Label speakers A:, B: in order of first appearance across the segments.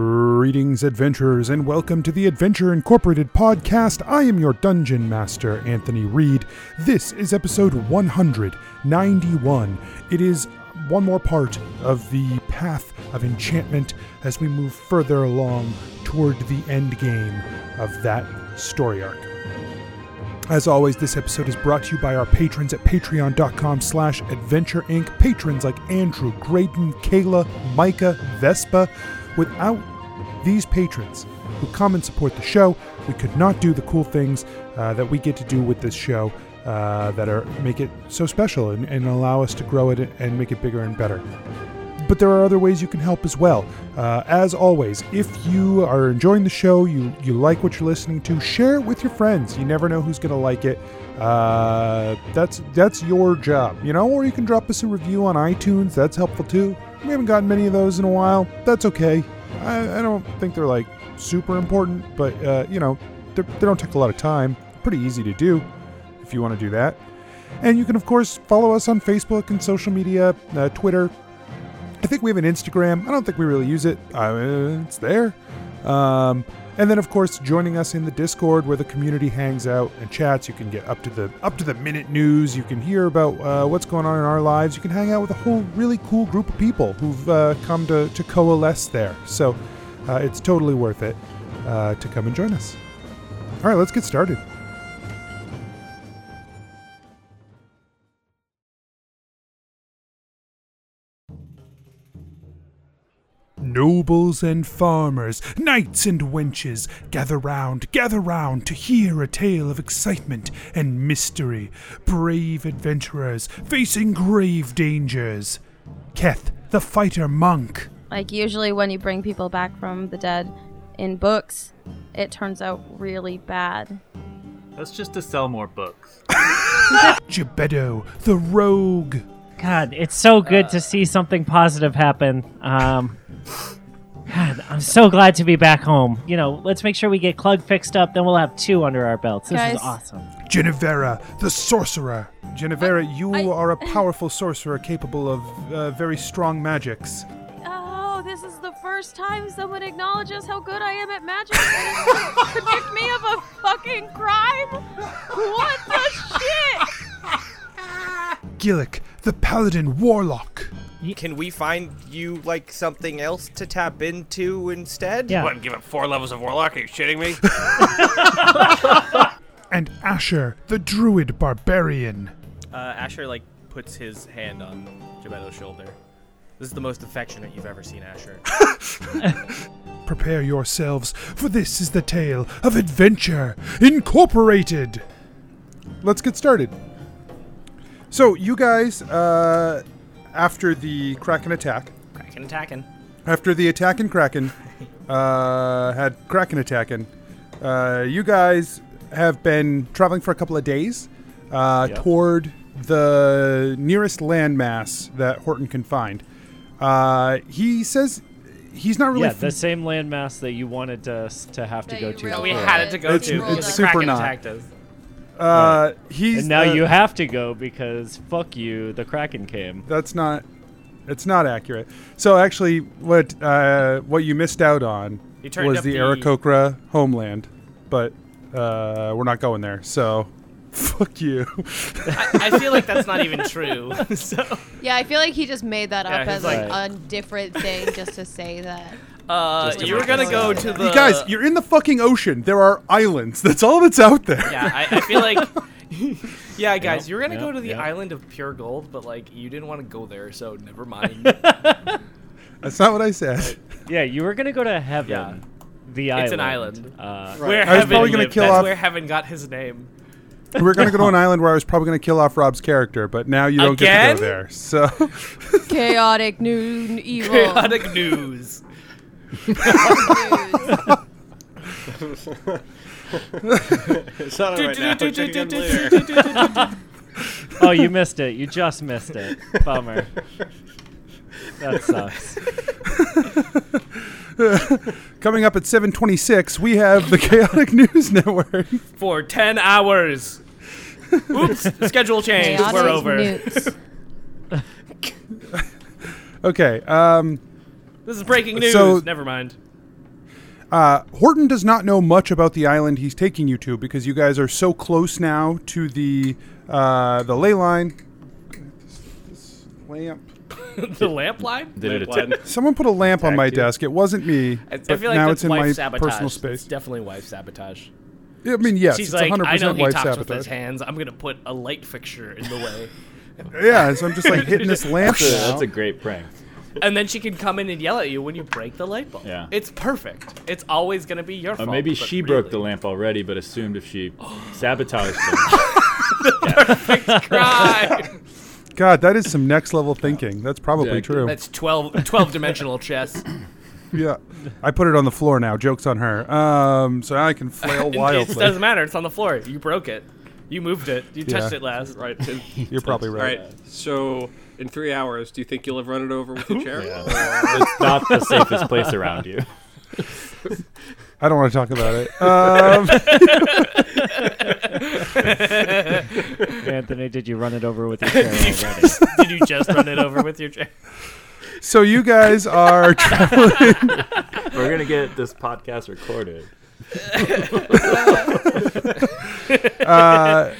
A: Greetings, adventurers, and welcome to the Adventure Incorporated podcast. I am your dungeon master, Anthony Reed. This is episode 191. It is one more part of the path of enchantment as we move further along toward the end game of that story arc. As always, this episode is brought to you by our patrons at patreon.com slash adventure inc. Patrons like Andrew, Graydon, Kayla, Micah, Vespa. Without these patrons who come and support the show, we could not do the cool things uh, that we get to do with this show uh, that are make it so special and, and allow us to grow it and make it bigger and better but there are other ways you can help as well. Uh, as always, if you are enjoying the show, you you like what you're listening to, share it with your friends. You never know who's gonna like it. Uh, that's that's your job, you know. Or you can drop us a review on iTunes. That's helpful too. We haven't gotten many of those in a while. That's okay. I, I don't think they're like super important, but uh, you know, they're- they don't take a lot of time. Pretty easy to do if you want to do that. And you can of course follow us on Facebook and social media, uh, Twitter, I think we have an Instagram. I don't think we really use it. Uh, it's there. Um, and then, of course, joining us in the Discord where the community hangs out and chats. You can get up to the up to the minute news. You can hear about uh, what's going on in our lives. You can hang out with a whole really cool group of people who've uh, come to to coalesce there. So uh, it's totally worth it uh, to come and join us. All right, let's get started. Nobles and farmers, knights and wenches, gather round, gather round to hear a tale of excitement and mystery. Brave adventurers facing grave dangers. Keth, the fighter monk.
B: Like usually when you bring people back from the dead in books, it turns out really bad.
C: That's just to sell more books.
A: Gebedo, the rogue.
D: God, it's so good to see something positive happen. Um, God, I'm so glad to be back home. You know, let's make sure we get Clug fixed up, then we'll have two under our belts. This
B: Guys.
D: is awesome.
A: Genevera, the sorcerer. Genevera, you
B: I-
A: are a powerful sorcerer capable of uh, very strong magics.
B: Oh, this is the first time someone acknowledges how good I am at magic and convict me of a fucking crime? What the shit?
A: Gillick, the paladin warlock.
E: Can we find you like something else to tap into instead?
D: Yeah.
F: What, and give up four levels of Warlock? Are you shitting me?
A: And Asher, the druid barbarian.
G: Uh, Asher like puts his hand on Gebetto's shoulder. This is the most affectionate you've ever seen Asher.
A: Prepare yourselves, for this is the tale of Adventure Incorporated. Let's get started. So, you guys, uh, after the Kraken attack,
G: Cracking, attacking.
A: after the attack in Kraken, uh, had Kraken attacking. Uh, you guys have been traveling for a couple of days uh, toward the nearest landmass that Horton can find. Uh, he says he's not really.
H: Yeah,
A: f-
H: the same landmass that you wanted us to have to go to.
B: That
G: We
B: you
H: before.
G: had it to go
A: It's-
G: to.
B: it's
G: the
A: super
G: Kraken
A: not.
G: attacked us.
A: uh, he's
H: And now
A: uh,
H: you have to go because fuck you, the Kraken came.
A: that's not it's not accurate. So actually, what uh, what you missed out on
G: You turned
A: was
G: up
A: the,
G: the-
A: Arakocra homeland, but uh, we're not going there. So fuck you.
G: I, I feel like that's not even true.
F: Uh,
G: so,
B: Yeah, I feel like he just made that
G: Yeah,
B: up
G: he's
B: as like
H: like-
B: a different thing just to say that.
G: uh,
H: Just to
G: you were
H: make
G: gonna
B: us
G: go
B: laugh.
G: to the
A: you guys, you're in the fucking ocean. There are islands. That's all that's out there.
G: Yeah, I, I feel like. yeah, guys, you were gonna
H: yeah,
G: go to the
H: yeah.
G: island of pure gold, but like you didn't want to go there, so never mind.
A: That's not what I said.
H: Yeah, you were gonna go to heaven.
G: Yeah.
H: The
G: Um, It's an
H: island. Uh,
G: Where
A: I was
G: heaven
A: probably gonna
G: lived,
A: kill
G: that's
A: off-
G: where heaven got his name.
A: We were gonna go to an island where I was probably gonna kill off Rob's character, but now you don't get
G: Again?
A: to go there. So
B: Chaotic noon evil.
G: Chaotic news.
B: news.
F: it's not right now. Check again later.
H: oh, you missed it. You just missed it. Bummer. that sucks.
A: coming up at 7:26, we have the Chaotic News Network.
G: for 10 hours. Oops, schedule change.
B: Chaotic
G: We're over.
B: newts.
A: Okay. Um,
F: This is breaking news.
A: So-
F: Never mind.
A: Uh, Horton does not know much about the island he's taking you to because you guys are so close now to the uh, the ley line. This lamp.
F: the lamp line?
I: Did it
J: Lamplight.
I: attack?
A: Someone put a lamp on my
J: Attack you.
A: desk. It wasn't me.
J: I- I
A: but
J: feel like
A: now
J: that's
A: it's in
J: wife
A: my
J: sabotage.
A: personal
J: It's
A: space.
J: definitely wife sabotage.
A: I mean, yes,
F: She's
A: it's
F: like,
A: 100%
F: I know he
A: wife
F: talks with
A: sabotage.
F: his hands. I'm gonna put a light fixture in the way,
A: Yeah, so I'm just like hitting this lamp.
I: That's a,
A: now.
I: that's a great prank.
F: and then she can come in and yell at you when you break the light bulb.
I: Yeah.
F: It's perfect. It's always gonna be your
I: Or
F: fault.
I: maybe
F: but
I: she
F: really.
I: broke the lamp already, but assumed if she sabotaged him.
F: Crime.
A: God, that is some next level thinking. That's probably
I: Yeah,
A: true.
F: That's 12, 12 dimensional chess.
A: yeah, I put it on the floor now. Jokes on her. Um, so I can flail
F: it
A: wildly.
F: doesn't matter. It's on the floor. You broke it. You moved it. You touched
A: Yeah.
F: it last.
J: Right.
A: You're probably
J: All
A: right.
J: right. So in three hours, do you think you'll have run it over with your chair?
I: it's not the safest place around you.
A: I don't want to talk about it. Um,
D: Anthony, did you run it over with your chair already?
F: Did you just run it over with your chair?
A: so you guys are.
I: We're gonna get this podcast recorded.
A: Uh,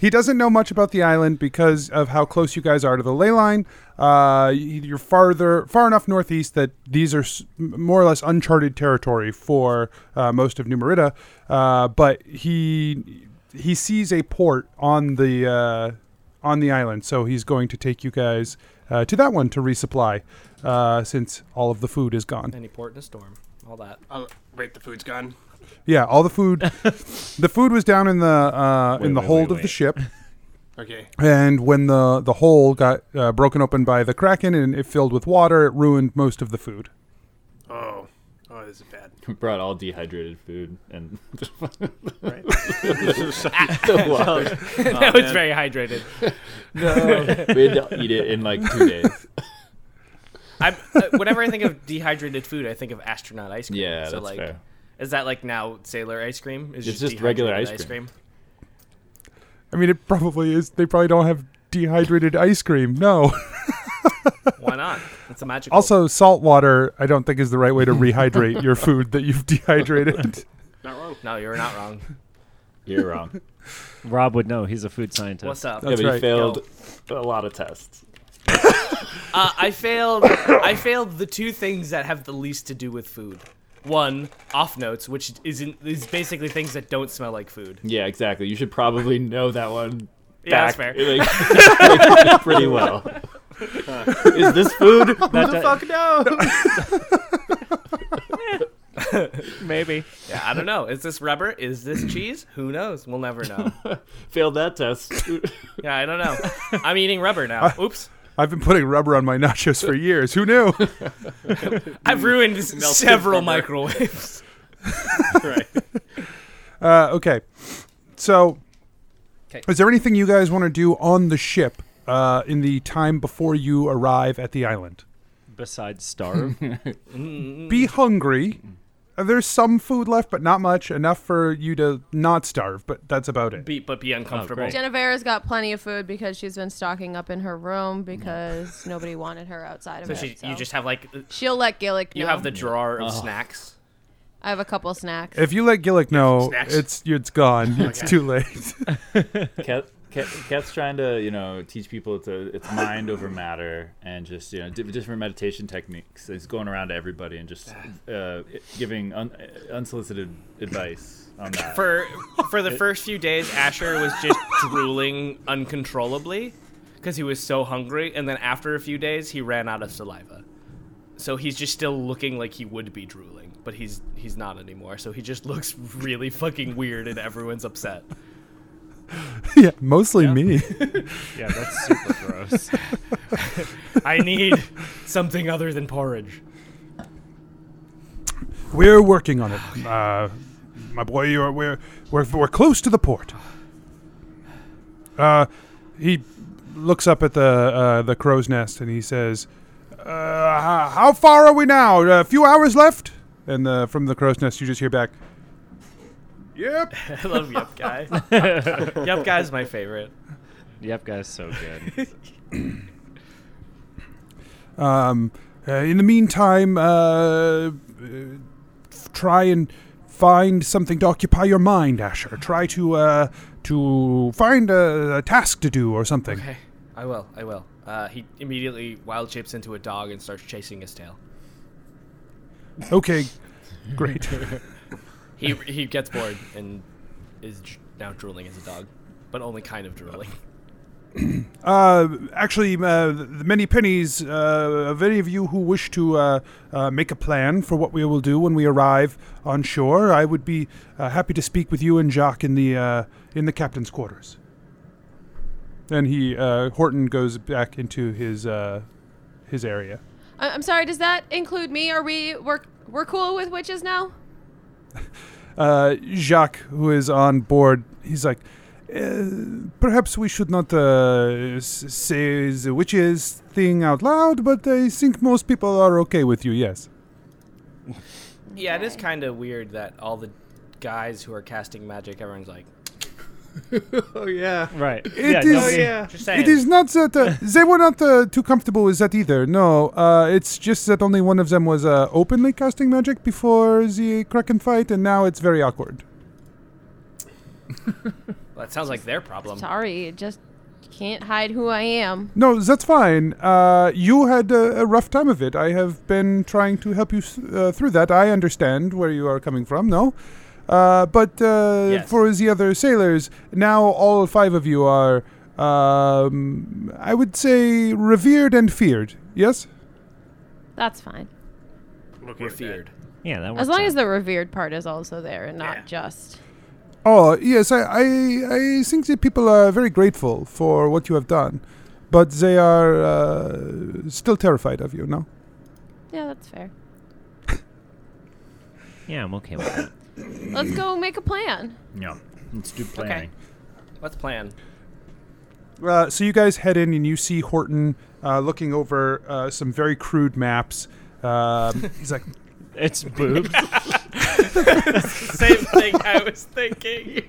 A: he doesn't know much about the island because of how close you guys are to the ley line. Uh, y- you're farther, far enough northeast that these are s- m- more or less uncharted territory for uh, most of New Merida. Uh, but he he sees a port on the uh, on the island, so he's going to take you guys uh, to that one to resupply, uh, since all of the food is gone.
F: And he poured in a storm. All that.
J: Oh, wait, the food's gone.
A: Yeah, all the food. the food was down in the uh, in
I: Wait,
A: the
I: wait,
A: hold of
I: wait,
A: the
I: wait.
A: ship,
J: Okay.
A: and when the the hole got uh, broken open by the kraken and it filled with water, it ruined most of the food.
J: Oh. Oh, this is bad.
I: We brought all dehydrated food and Oh,
F: that was very hydrated.
I: we had to eat it in like two days.
F: I'm, uh, whenever I think of dehydrated food, I think of astronaut uh, ice cream.
I: Yeah,
F: so
I: that's
F: like,
I: fair.
F: Is that like now sailor ice cream? Is
I: It's just regular
F: dehydrated
I: ice cream.
A: I mean, it probably is. They probably don't have dehydrated ice cream. No.
F: Why not? It's a magical.
A: Also, salt water. I don't think is the right way to rehydrate your food that you've dehydrated.
J: Not wrong.
F: no, you're not wrong.
I: You're wrong.
D: Rob would know. He's a food scientist.
F: What's up?
I: yeah,
A: That's
I: but you
A: right.
I: failed a lot of tests.
F: Uh, I failed. I failed the two things that have the least to do with food. One, off notes, which isn't is basically things that don't smell like food.
I: Yeah, exactly. You should probably know that one.
F: Yeah, that's
I: back,
F: fair.
I: like, pretty well. Is this food? Who the
D: do-
I: fuck knows?
D: Maybe.
F: Yeah, I don't know. Is this rubber? Is this cheese? Who knows? We'll never know.
I: Failed that test.
F: Yeah, I don't know. I'm eating rubber now. Oops.
A: I've been putting rubber on my nachos for years. Who knew?
F: I've ruined several
J: rubber.
F: microwaves.
J: Right.
A: Uh, okay. So,
F: 'Kay.
A: is there anything you guys want to do on the ship uh, in the time before you arrive at the island?
D: Besides starve.
A: Be hungry. Uh, There's some food left, but not much. Enough for you to not starve, but that's about it.
F: Be, but be uncomfortable.
D: great.
B: Jennifer's got plenty of food because she's been stocking up in her room because nobody wanted her outside of
F: so
B: it.
F: she,
B: so.
F: you just have like
B: She'll let Gillick know.
F: you have the drawer of snacks.
B: I have a couple snacks.
A: if you let Gillick know,
J: Snacks.
A: it's it's gone. It's too late.
I: Cat, Cat, Cat's trying to, you know, teach people to it's mind over matter and just, you know, di- different meditation techniques. It's going around to everybody and just uh, giving un- unsolicited advice on that.
F: For for the first few days, Asher was just drooling uncontrollably because he was so hungry, and then after a few days, he ran out of saliva. So he's just still looking like he would be drooling, but he's he's not anymore. So he just looks really fucking weird, and everyone's upset.
A: yeah, mostly me.
D: yeah, that's super gross.
F: I need something other than porridge.
A: We're working on it, uh, my boy. You're, we're we're we're close to the port. Uh, he looks up at the uh, the crow's nest and he says, uh, h- "How far are we now? A few hours left." And the, from the crow's nest, you just hear back, "Yep."
F: I love Yup Guy. Yup Guy's my favorite.
D: Yep, guys, so good.
A: Um, Uh, in the meantime, uh, uh, f- try and find something to occupy your mind, Asher. Try to uh, to find a, a task to do or something.
G: Okay, I will. I will. Uh, he immediately wild shapes into a dog and starts chasing his tail.
A: Okay, great.
G: He he gets bored and is dr- now drooling as a dog, but only kind of drooling.
A: Uh, actually, uh, the many pennies uh, of any of you who wish to uh, uh, make a plan for what we will do when we arrive on shore, I would be uh, happy to speak with you and Jacques in the uh, in the captain's quarters. And he uh, Horton goes back into his uh, his area.
B: I- I'm sorry. Does that include me? Are we we're we're cool with witches now?
A: uh, Jacques, who is on board, he's like, "Uh, perhaps we should not uh, s- say the witches thing out loud, but I think most people are okay with you, yes.
G: Yeah, it is kind of weird that all the guys who are casting magic, everyone's like,
F: oh yeah.
H: Right.
A: It
H: yeah,
A: is-
F: Oh
H: nobody-
F: yeah.
G: just saying.
A: It is not that uh, they were not uh, too comfortable with that either. No, uh, it's just that only one of them was uh, openly casting magic before the Kraken fight, and now it's very awkward.
G: Well, that sounds like their problem.
B: Sorry, just can't hide who I am.
A: No, that's fine. Uh, you had a, a rough time of it. I have been trying to help you s- uh, through that. I understand where you are coming from, no? Uh, but uh,
G: Yes.
A: for the other sailors, now all five of you are, um, I would say, revered and feared, yes?
B: That's fine.
G: We're feared.
D: Yeah, that works.
B: As long
D: out.
B: as the revered part is also there and not just.
A: Oh, yes, I, I, I think the people are very grateful for what you have done, but they are uh, still terrified of you, no?
B: Yeah, that's fair.
D: yeah, I'm okay with that.
B: Let's go make a plan.
I: Yeah. Let's do planning.
G: Let's plan.
A: Uh, so you guys head in and you see Horton uh, looking over uh, some very crude maps. Um, he's like,
H: It's boobs.
G: Same thing I was thinking.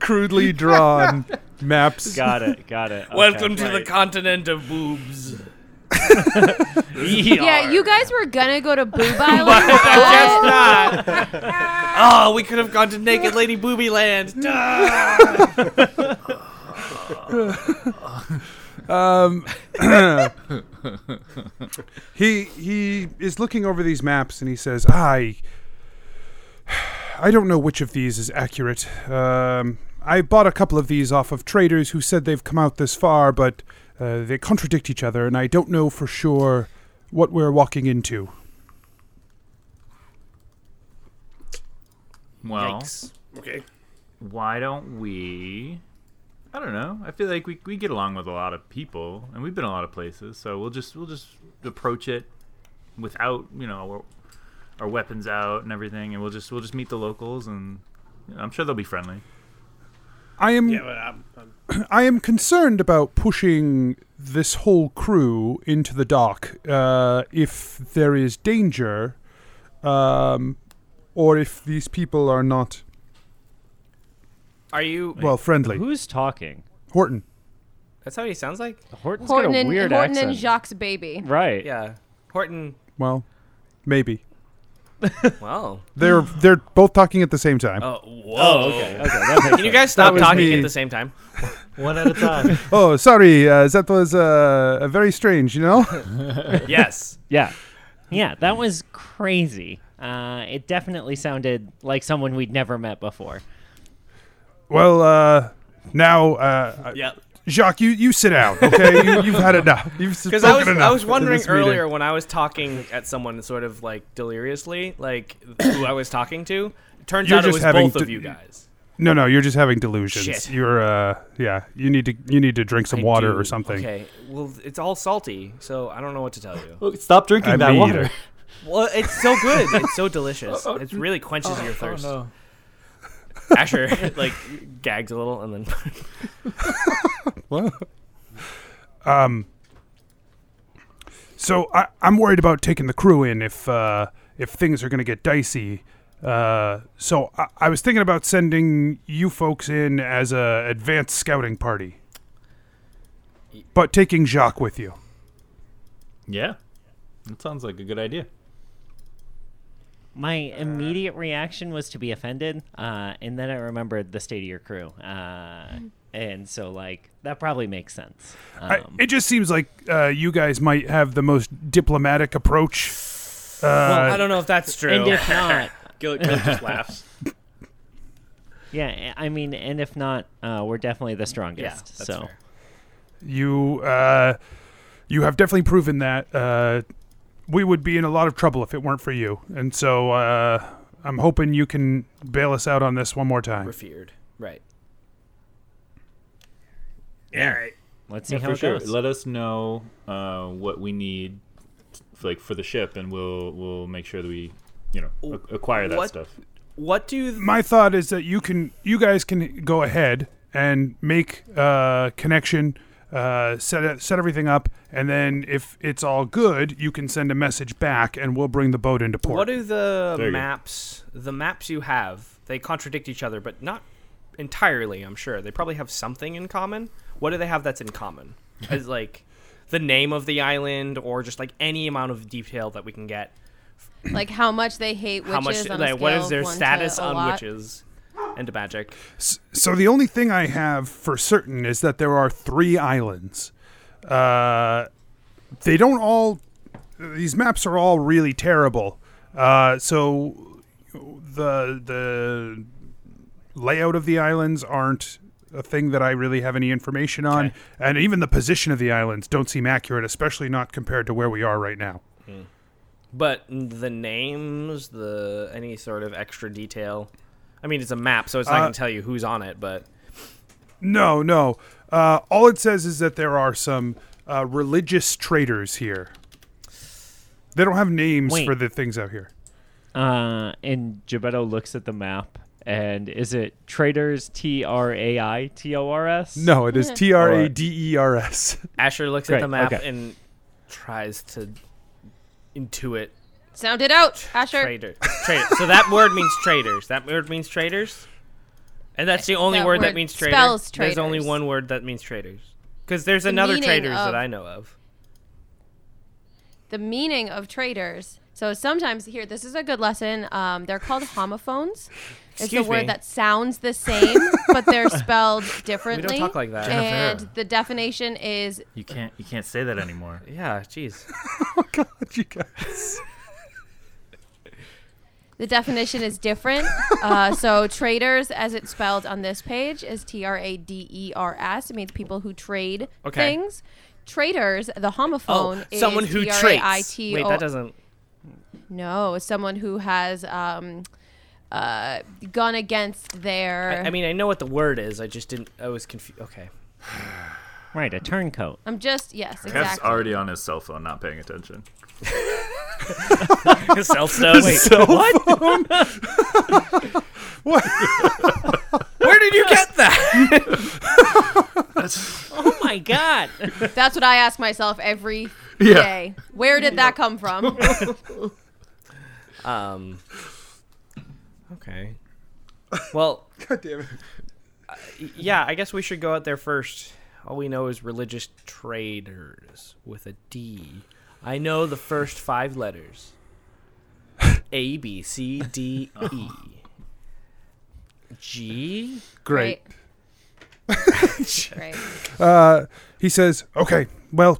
A: crudely drawn maps.
H: got it. Got it. Okay,
G: Welcome to the
H: right.
G: continent of boobs.
B: Yeah, you guys were gonna go to Boob Island. but-
G: I guess not. oh, we could have gone to Naked Lady Booby Land. Duh.
A: Um, he he is looking over these maps and he says, "I I don't know which of these is accurate. Um, I bought a couple of these off of traders who said they've come out this far, but uh, they contradict each other, and I don't know for sure what we're walking into."
I: Well,
F: Okay.
I: why don't we? I don't know. I feel like we, we get along with a lot of people, and we've been a lot of places. So we'll just we'll just approach it without you know our, our weapons out and everything, and we'll just we'll just meet the locals, and you know, I'm sure they'll be friendly.
A: I am
F: Yeah, but I'm, I'm
A: I am concerned about pushing this whole crew into the dock uh, if there is danger, um, or if these people are not
G: Are you?
A: well friendly.
H: Who's talking?
A: Horton,
G: That's how he sounds like.
H: Horton's
B: Horton
H: got a
B: and,
H: weird
B: Horton
H: accent.
B: and Jacques' baby.
H: Right.
G: Yeah, Horton.
A: well, maybe
G: Well.
A: they're they're both talking at the same time.
G: Oh, whoa. okay. Can you guys stop
A: was
G: talking
A: me.
G: at the same time?
D: One at a time.
A: Oh, sorry, uh, that was uh, a very strange, you know.
G: yes.
H: Yeah.
D: yeah, that was crazy. Uh, it definitely sounded like someone we'd never met before.
A: well, uh, now, uh,
G: Yeah.
A: Jacques, you, you sit down, okay? you, you've had enough. You've
G: Because
A: spoken
G: I was,
A: enough.
G: I was
A: in
G: wondering
A: this meeting.
G: earlier when I was talking at someone sort of like deliriously, like who I was talking to. It turns
A: You're
G: out it
A: just
G: was
A: having
G: both of
A: to-
G: you guys.
A: No, no, you're just having delusions.
G: Shit.
A: You're uh yeah, you need to you need to drink some water
G: Dude,
A: or something.
G: Okay. Well, it's all salty, so I don't know what to tell you.
K: Oh, Stop drinking
A: Uh,
K: that
A: me
K: water.
A: either.
G: Well, it's so good. It's so delicious. It really quenches your thirst. Asher like gags a little and then
A: So I I'm worried about taking the crew in if uh if things are going to get dicey. Uh so I, I was thinking about sending you folks in as a advanced scouting party. But taking Jacques with you.
I: Yeah. That sounds like a good idea.
D: My immediate reaction was to be offended, uh, and then I remembered the state of your crew, uh, and so like that probably makes sense. Um,
A: I, it just seems like uh, you guys might have the most diplomatic approach. Uh,
G: well, I don't know if that's true.
D: and if not,
F: Gillick Gillick just laughs.
D: yeah, I mean, and if not, uh, we're definitely the strongest.
G: yeah, that's
D: so
G: fair.
A: you uh, you have definitely proven that uh, we would be in a lot of trouble if it weren't for you. And so uh, I'm hoping you can bail us out on this one more time.
G: Feared. Right.
F: All right.
D: let's see how
I: for
D: it
I: sure.
D: goes.
I: Let us know uh, what we need, f- like for the ship, and we'll we'll make sure that we, you know, a- acquire that
G: What-
I: stuff.
G: What do you
A: My thought is that you can you guys can go ahead and make uh, connection. Uh, set it, set everything up, and then if it's all good, you can send a message back, and we'll bring the boat into port.
G: What do the
I: There you go.
G: maps the maps you have? They contradict each other, but not entirely. I'm sure they probably have something in common. What do they have that's in common? Is like the name of the island, or just like any amount of detail that we can get.
B: Like how much they hate witches.
G: How much?
B: on a
G: Like, what
B: scale
G: is
B: of
G: their
B: one to
G: status
B: a
G: on
B: lot?
G: witches and magic?
A: So the only thing I have for certain is that there are three islands. Uh, they don't all. These maps are all really terrible. Uh, so the the layout of the islands aren't a thing that I really have any information on, and even the position of the islands don't seem accurate, especially not compared to where we are right now.
G: But the names, the any sort of extra detail. I mean, it's a map, so it's not
A: Uh,
G: going to tell you who's on it. But
A: No, no. Uh, all it says is that there are some uh, religious traitors here. They don't have names
D: Wait.
A: for the things out here.
H: Uh, and Gebetto looks at the map, and is it Traders T R A I T O R S?
A: No, it is T R A D E R S.
G: Asher looks at
H: Great,
G: the map
H: okay.
G: and tries to intuit
B: Sound it out, Asher.
G: Trader. Trader. So that word means traitors. That word means traitors. And that's the only
B: That
G: word, that
B: word
G: means traitor.
B: spells
G: There's only
B: traitors.
G: one word that means traitors. Because there's another
B: meaning
G: traitors
B: of-
G: that I know of.
B: the meaning of traitors. So sometimes here, this is a good lesson. Um, they're called homophones. It's
G: Excuse
B: the word
G: me.
B: that sounds the same, but they're spelled
G: We
B: differently.
G: don't talk like that.
B: And
C: Jennifer.
B: the definition is
C: You can't you can't say that anymore.
G: Yeah, jeez.
B: the definition is different. Uh, so traitors, as it's spelled on this page, is T R A D E R S. It means people who trade
G: Okay.
B: things. Traitors, the homophone,
G: Oh,
B: is
G: someone who traits.
B: T-R-A-I-T-O-
G: Wait, that doesn't.
B: No, someone who has um, uh, gone against
G: I,
B: their.
G: I mean, I know what the word is. I just didn't. I was confused. Okay.
D: right, a turncoat.
B: I'm just yes,
I: Kev's
B: exactly.
I: already on his cell phone, not paying attention.
G: Self stone.
A: What?
G: Where did you get that?
D: Oh my god!
B: That's what I ask myself every day.
I: Yeah.
B: Where did that come from?
G: Um. Okay. Well. God
A: damn it.
G: yeah, I guess we should go out there first. All we know is religious traders with a D. I know the first five letters. A B C D E G.
A: Great.
B: Great.
A: Uh, he says, "Okay, well,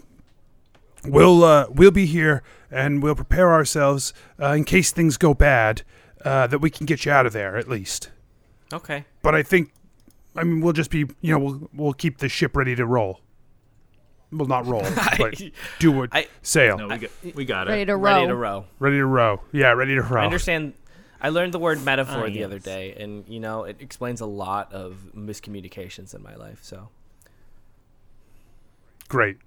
A: we'll uh, we'll be here and we'll prepare ourselves uh, in case things go bad, uh, that we can get you out of there at least.
G: Okay.
A: But I think, I mean, we'll just be, you know, we'll we'll keep the ship ready to roll. Well, not roll, but do what
G: I-
A: sail,
I: No, we got, we got
B: Ready
I: it.
B: to row.
G: Ready to row.
A: ready to row. Yeah, ready to row.
G: I understand. I learned the word metaphor
D: Ah,
G: the other
D: yes.
G: day, and you know it explains a lot of miscommunications in my life. So
A: Great.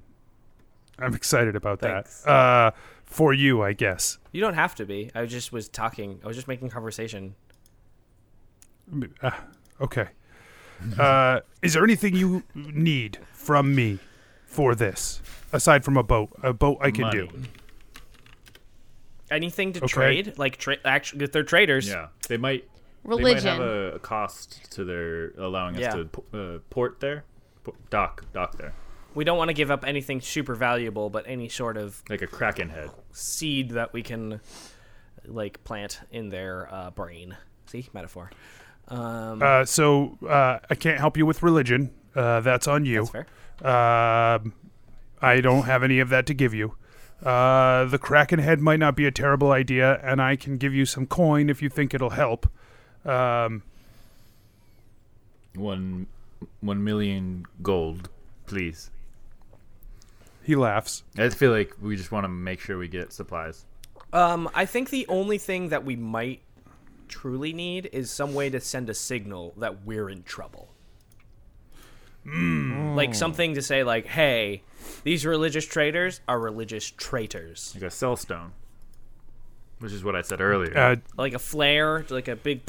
A: I'm excited about
G: Thanks.
A: that. Uh, for you, I guess.
G: you don't have to be. I just was talking. I was just making conversation.
A: Uh, okay. Uh, is there anything you need from me for this aside from a boat? A boat I can
I: Money.
A: do.
G: Anything to
A: Okay.
G: trade, like tra- actually, if they're traders.
I: Yeah, they might. They might
B: Religion.
I: have a, a cost to their allowing us
G: Yeah.
I: to p- uh, port there, P- dock, dock there.
F: We don't want to give up anything super valuable, but any sort of
I: like a kraken head.
F: seed that we can like plant in their uh, brain. See metaphor. Um,
A: Uh, so uh, I can't help you with religion. Uh, that's on you.
F: that's fair.
A: Um, I don't have any of that to give you. Uh, the Kraken head might not be a terrible idea, and I can give you some coin if you think it'll help. Um,
I: One one million gold, please.
A: he laughs.
I: I just feel like we just want to make sure we get supplies.
F: Um, I think the only thing that we might truly need is some way to send a signal that we're in trouble. Like something to say, like, "Hey, these religious traitors are religious traitors."
I: Like a cell stone, which is what I said earlier.
A: Uh,
F: Like a flare, like a big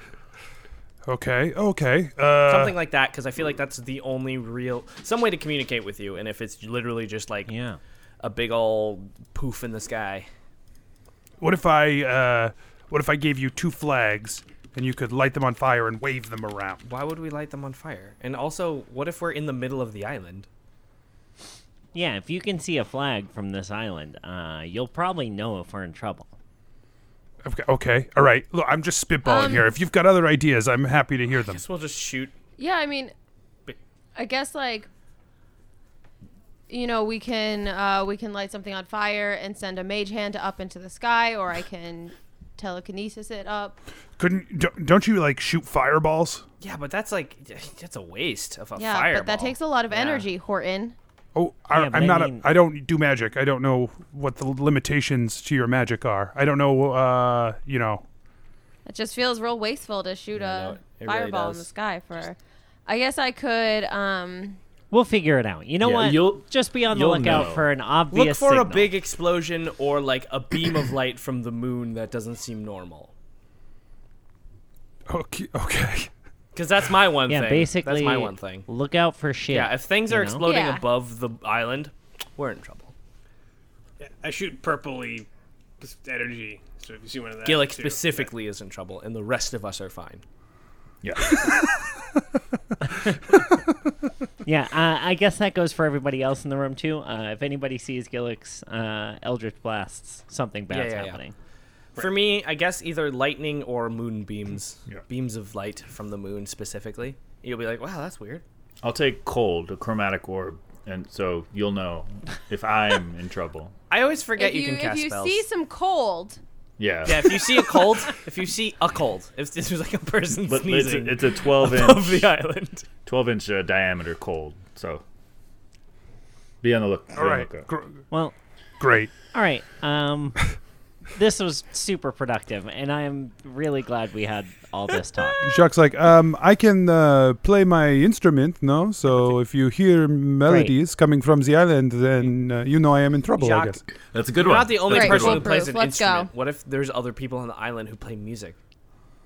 A: okay, okay. Uh,
F: something like that. Because I feel like that's the only real some way to communicate with you. And if it's literally just like
D: Yeah.
F: a big old poof in the sky,
A: What if I? Uh, what if I gave you two flags and you could light them on fire and wave them around?
F: why would we light them on fire? And also, what if we're in the middle of the island?
D: Yeah, if you can see a flag from this island, uh, you'll probably know if we're in trouble.
A: Okay, okay, all right. Look, I'm just spitballing
B: Um,
A: here. If you've got other ideas, I'm happy to hear them.
F: Guess we'll just shoot
B: Yeah, I mean, I guess like, you know, we can uh, we can light something on fire and send a mage hand up into the sky, or I can telekinesis it up.
A: Couldn't? Don't, don't you like shoot fireballs?
F: Yeah, but that's like that's a waste of a
B: yeah,
F: fireball.
B: but that takes a lot of
F: Yeah.
B: energy, Horton.
A: Oh, I,
D: Yeah, but
A: I'm
D: I
A: not.
D: mean-
A: a, I don't do magic. I don't know what the limitations to your magic are. I don't know. Uh, you know.
B: It just feels real wasteful to shoot
L: Yeah, no,
B: a
L: it really
B: fireball in the
L: does.
B: sky for. I guess I could. um
D: We'll figure it out. You know
I: Yeah,
D: what?
I: you'll-
D: just be on the
I: you'll
D: lookout
I: know.
D: for an obvious.
F: Look for a
D: signal.
F: big explosion or like a beam of light from the moon that doesn't seem normal.
A: Okay. Okay.
F: Because that's my one
D: Yeah,
F: thing.
D: basically.
F: that's my one thing.
D: Look out for shit.
F: Yeah, if things
D: you
F: are
D: know?
F: exploding
B: Yeah.
F: above the island, we're in trouble.
J: I shoot purpley energy. So if you see one of that,
F: Gillick
J: too.
F: specifically is in trouble, and the rest of us are fine.
I: yeah.
D: Yeah, uh, I guess that goes for everybody else in the room too. Uh, if anybody sees Gillick's uh, Eldritch blasts, something bad's
F: yeah, yeah.
D: happening.
F: For me, I guess either lightning or moon beams,
I: Mm-hmm. Yeah.
F: beams of light from the moon specifically. You'll be like, wow, that's weird.
I: I'll take cold, a chromatic orb, and so you'll know if I'm in trouble.
F: I always forget
B: If
F: you,
B: you,
F: can
B: if
F: cast
B: you
F: spells.
B: see some cold,
I: Yeah.
F: yeah, if you see a cold, if you see a cold, if this was like a person
I: But it's
F: sneezing,
I: a, it's a 12
F: of
I: inch,
F: the island.
I: 12 inch uh, diameter cold. So be on the look.
A: All right.
I: Look.
A: Gr-
D: Well,
A: great.
D: all right. Um, this was super productive, and I'm really glad we had all this talk.
A: Jacques like, um, I can uh, play my instrument, no? So if you hear melodies coming from the island, then uh, you know I am in trouble, I
F: Jacques,
A: guess.
I: That's a good
F: You're
I: one.
F: not the only
B: Great.
F: person who
B: Foolproof.
F: plays an
B: Let's go.
F: instrument. What if there's other people on the island who play music?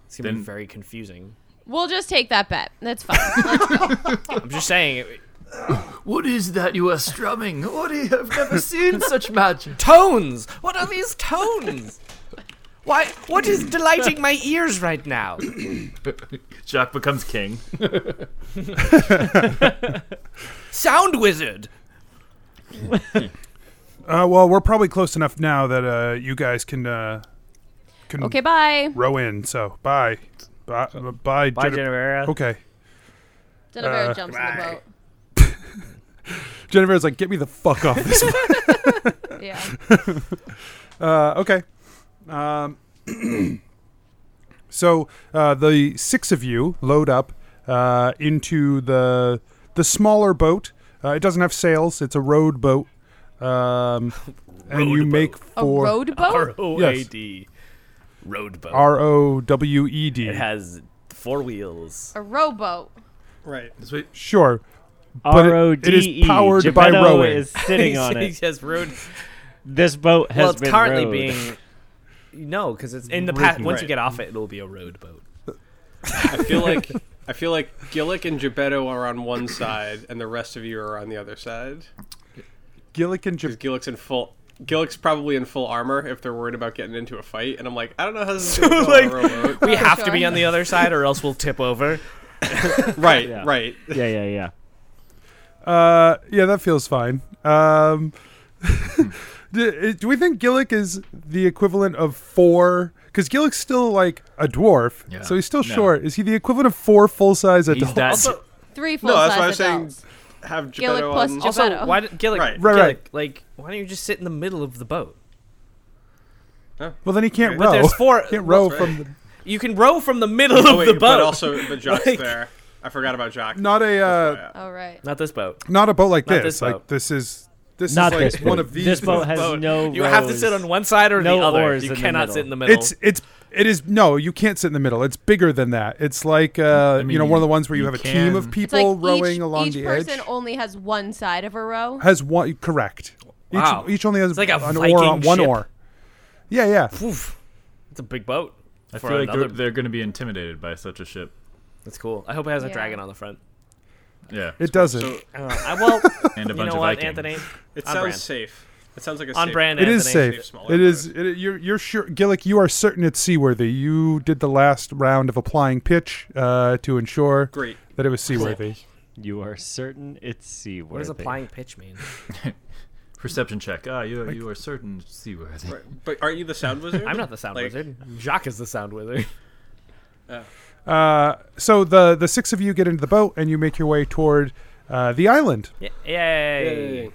F: It's gonna be
I: Then-
F: very confusing.
B: we'll just take that bet. That's fine.
F: I'm just saying. it-
M: What is that you are strumming? What I have never seen such magic.
F: Tones. What are these tones? Why? What is delighting my ears right now?
I: Jacques becomes king.
F: Sound wizard.
A: Uh, well, we're probably close enough now that uh, you guys can uh, can
B: okay, bye.
A: row in. So bye, bye, bye,
F: Bye,
A: Jenni-
F: Genevera.
A: Okay,
B: Denver
A: Uh,
B: jumps in the
A: Jennifer's like, get me the fuck off this.
B: boat. Yeah.
A: Uh, okay. Um, so uh, the six of you load up uh, into the the smaller boat. Uh, it doesn't have sails. It's a road boat, um, and you make
B: A
A: for
B: road boat?
F: O
A: Yes.
F: D. Roadboat.
A: R O W E D.
F: it has four wheels.
B: A rowboat.
J: Right.
A: Sure, but
D: R O
A: it-
D: D
A: it is
D: E.
A: powered by
D: Geppetto
A: rowing.
D: is sitting on it.
F: has road.
D: This boat has
F: Well, it's
D: been
F: currently
D: rowed.
F: being. No, because it's in the past.
A: Ridden.
F: Once you
J: Right.
F: get off it, it'll be a roadboat.
J: I feel like I feel like Gillick and Gebetto are on one side, and the rest of you are on the other side.
A: Gillick and Jap-
J: Because Gillick's in full. Gillick's probably in full armor if they're worried about getting into a fight, and I'm like, I don't know how this is going to go. on a rowboat.
F: We have to be
B: sure.
F: on the other side, or else we'll tip over.
J: right, right.
D: Yeah, yeah, yeah.
A: Uh, yeah, that feels fine. Um, do, do we think Gillick is the equivalent of four? Because Gillick's still like a dwarf,
K: Yeah.
A: so he's still
K: No.
A: short. Is he the equivalent of four full size adults?
E: Also-
B: Three
E: No, that's why I was
B: full-size
E: saying
B: adults.
E: have
B: Gillick
E: Geppetto
B: plus
E: on.
B: Geppetto.
G: Also, why did Gillick,
E: Right.
A: Right,
G: Gillick,
A: right.
G: like why don't you just sit in the middle of the boat?
A: Well, then he can't
G: But
A: row.
G: there's four.
A: can't row from the,
G: You can row from the middle
F: Oh,
G: of
F: wait,
G: the boat.
F: But also, but Jock's
G: Like-
F: there. I forgot about Jock.
A: not a uh,
B: All right.
G: Not this boat.
A: not a boat like this.
G: Not this
A: like
G: boat.
A: this is this
D: Not
A: is like
D: this
A: one
D: boat.
A: of these.
D: This boat has no.
G: You have to
D: rows.
G: sit on one side or
D: No
G: the other.
D: oars
G: You
D: in the
G: cannot
D: middle.
G: sit in the middle.
A: it's it's it is no. You can't sit in the middle. It's bigger than that. It's like uh,
I: mean,
A: you know one of the ones where you
I: you
A: have a team
I: can-
A: of
B: It's
A: people
B: like
A: rowing
B: each,
A: along
B: each
A: the edge.
B: person only has one side of a row.
A: has one correct.
G: Wow.
A: Each, each only has
G: It's like a
A: an
G: Viking
A: oar on one
G: ship.
A: oar. Yeah, yeah.
G: Oof. It's a big boat.
I: I
G: for
I: feel like they're,
G: another-
I: they're going to be intimidated by such a ship.
G: That's cool. I hope it has a
B: Yeah.
G: dragon on the front.
I: Yeah,
A: It doesn't.
F: So
G: Uh, I well,
I: and a
G: you
I: bunch of
G: know what,
I: Vikings.
G: Anthony?
F: it
G: On
F: sounds
G: brand.
F: safe. It sounds like a
G: On
F: safe-
G: brand,
A: it is
G: Anthony.
A: safe.
F: smaller
A: It is.
F: boat.
A: It, you're, you're sure, Gillick. You are certain it's seaworthy. You did the last round of applying pitch uh, to ensure
F: Great.
A: that it was seaworthy.
H: You are certain it's seaworthy.
G: What does applying pitch mean?
I: Perception check. Ah, you you are certain seaworthy.
F: Right. But aren't you the sound wizard?
G: I'm not the sound
F: Like,
G: wizard. Jacques is the sound wizard.
A: Uh, so the the six of you get into the boat and you make your way toward uh, the island.
G: Y- Yay!
F: Yay.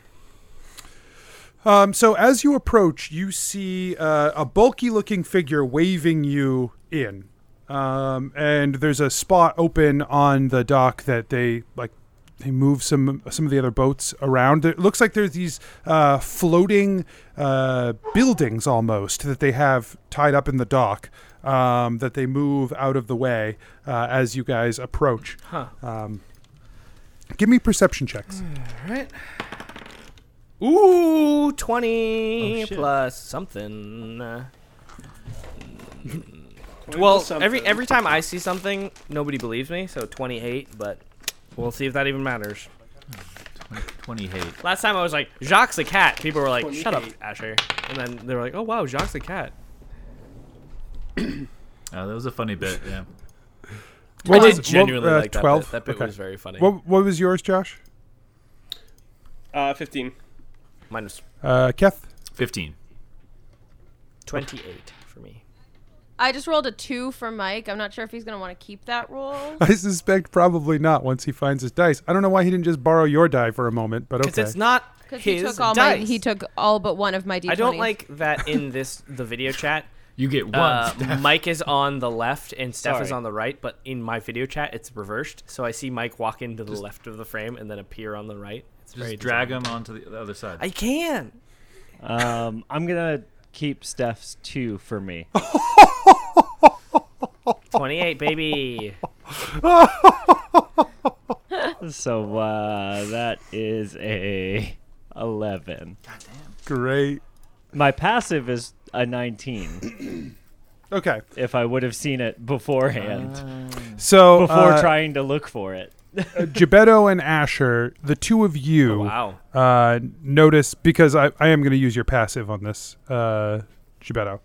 A: Um, so as you approach, you see uh, a bulky-looking figure waving you in, um, and there's a spot open on the dock that they like. They move some some of the other boats around. It looks like there's these uh, floating uh, buildings almost that they have tied up in the dock um, that they move out of the way uh, as you guys approach.
G: Huh.
A: Um, give me perception checks.
G: Ooh, 20
H: Oh, shit.
G: plus something. well, every every time I see something, nobody believes me, so 28, but we'll see if that even matters.
I: Twenty hate.
G: Last time I was like, Jacques the cat. People were like, shut up,
F: 28.
G: Asher. And then they were like, oh, wow, Jacques the cat.
I: Oh, that was a funny bit. Yeah.
A: What
G: I
A: was-
G: did genuinely
A: what, uh,
G: like that
A: 12?
G: bit. That bit
A: Okay.
G: was very funny.
A: What, what was yours, Josh?
F: Uh, 15.
G: Minus
A: Uh, Keth?
I: Fifteen.
G: 28 for me.
B: I just rolled a two for Mike. I'm not sure if he's gonna want to keep that roll.
A: I suspect probably not once he finds his dice. I don't know why he didn't just borrow your die for a moment, but
G: Because
A: okay.
G: it's not his
B: Because he took all
G: dice.
B: my, he took all but one of my d20s.
G: I don't like that in this the video chat.
I: You get one.
G: Uh,
I: Steph.
G: Mike is on the left and Steph is
D: Sorry.
G: on the right, but in my video chat it's reversed. So I see Mike walk into the left of the frame and then appear on the right. It's very
I: Just drag
G: disappointing.
I: him onto the, the other side.
G: I can.
H: Um, I'm gonna keep Steph's two for me.
A: Oh.
G: 28 baby.
H: so uh, that is a eleven.
A: great.
H: My passive is a nineteen.
A: Okay,
H: if I would have seen it beforehand,
G: Uh.
A: so
H: before
A: uh,
H: trying to look for it.
A: Gebetto and Asher, the two of you,
G: Oh, Wow.
A: uh, notice because I, I am going to use your passive on this, uh, Gebetto.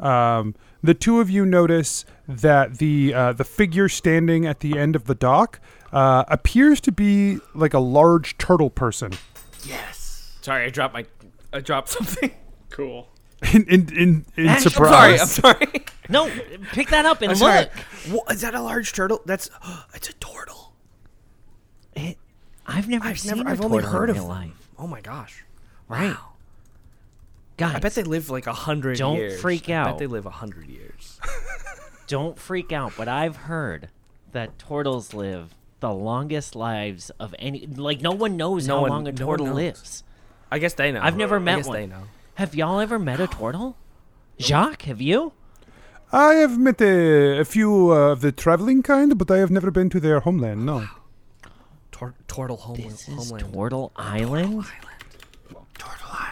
A: Um, the two of you notice that the uh, the figure standing at the end of the dock uh, appears to be like a large turtle person.
G: Sorry, I dropped my I dropped something.
F: Cool.
A: in in in, in
G: Ash,
A: surprise.
G: I'm sorry. I'm sorry.
D: No, pick that up and
G: I'm
D: look.
G: sorry. Wha- Is that a large turtle? That's it's a turtle.
D: I've never
G: I've
D: seen.
G: never
D: a
G: I've only
D: turtle
G: heard
D: in
G: of
D: real
G: them.
D: life.
G: Oh my gosh.
D: Right.
G: Wow.
D: Guys,
G: I bet they live like a hundred
D: Don't
G: years.
D: freak
G: I
D: out.
G: bet they live a hundred years.
D: don't freak out, but I've heard that turtles live the longest lives of any. Like no one knows
G: No
D: how
G: one-
D: long a
G: no one
D: turtle
G: knows.
D: lives.
G: I guess they know.
D: I've never
G: I
D: met
G: guess
D: one.
G: They know.
D: Have y'all ever met a turtle? Jacques, have you?
A: I have met a, a few uh, of the traveling kind, but I have never been to their homeland. No.
G: Tor- turtle home-
D: This is
G: homeland.
D: Turtle Island.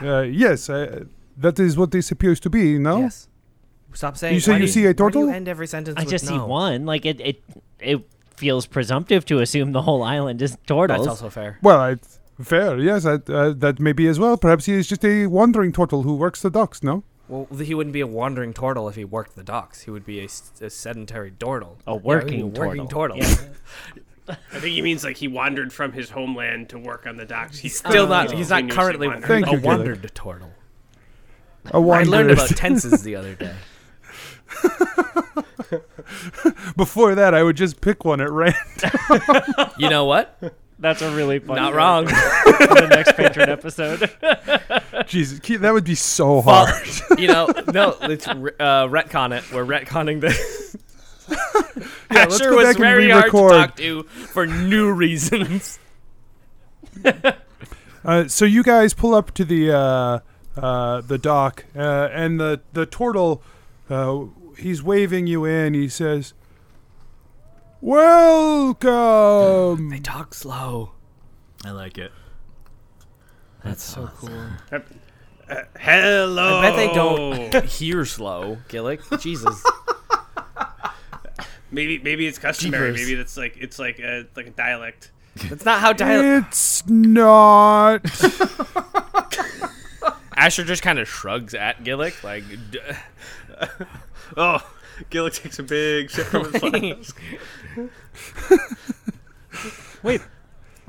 A: Uh, yes, I, that is what this appears to be. No.
G: Yes. Stop saying.
A: You say
G: why do
A: you see a
G: why do you
A: turtle?
G: end every sentence.
D: I
G: with
D: just see
G: no?
D: one. Like it, it, it feels presumptive to assume the whole island is
G: That's
D: turtles.
G: also fair.
A: Well, I, fair. Yes, I, uh, that may be as well. Perhaps he is just a wandering turtle who works the docks. No.
G: Well, th- he wouldn't be a wandering turtle if he worked the docks. He would be a, s- a sedentary turtle.
D: A
G: Yeah, he'd be
D: working
G: a working
D: turtle.
G: turtle.
J: I think he means like he wandered from his homeland to work on the docks. He's
G: still not- he's not currently- Thank you, Gillick.
J: turtle.
A: A
G: I learned
A: wandered-
G: about tenses the other day.
A: Before that, I would just pick one at random.
G: You know what?
D: That's a really funny.
G: Not
D: one.
G: wrong.
D: For the next patron episode.
A: Jesus, Keith, that would be so
G: Fuck.
A: hard.
G: you know, no, let's re- uh, retcon it. We're retconning this.
A: Yeah,
G: Asher
A: let's go
G: was
A: back and
G: very hard to
A: re-record.
G: talk to for new reasons.
A: Uh, so you guys pull up to the uh, uh, the dock, uh, and the the turtle, uh, he's waving you in. He says, "Welcome." They
G: talk slow.
I: I like it.
G: That's so cool.
J: hello.
G: I bet they don't hear slow, Gillick. Jesus.
J: Maybe maybe it's customary.
G: Jeepers.
J: Maybe that's like it's like uh, a like a dialect.
G: That's not how dial-
A: It's not.
G: Asher just kind of shrugs at Gillick, like, d-
J: oh, Gillick takes a big sip from his flask.
D: Wait.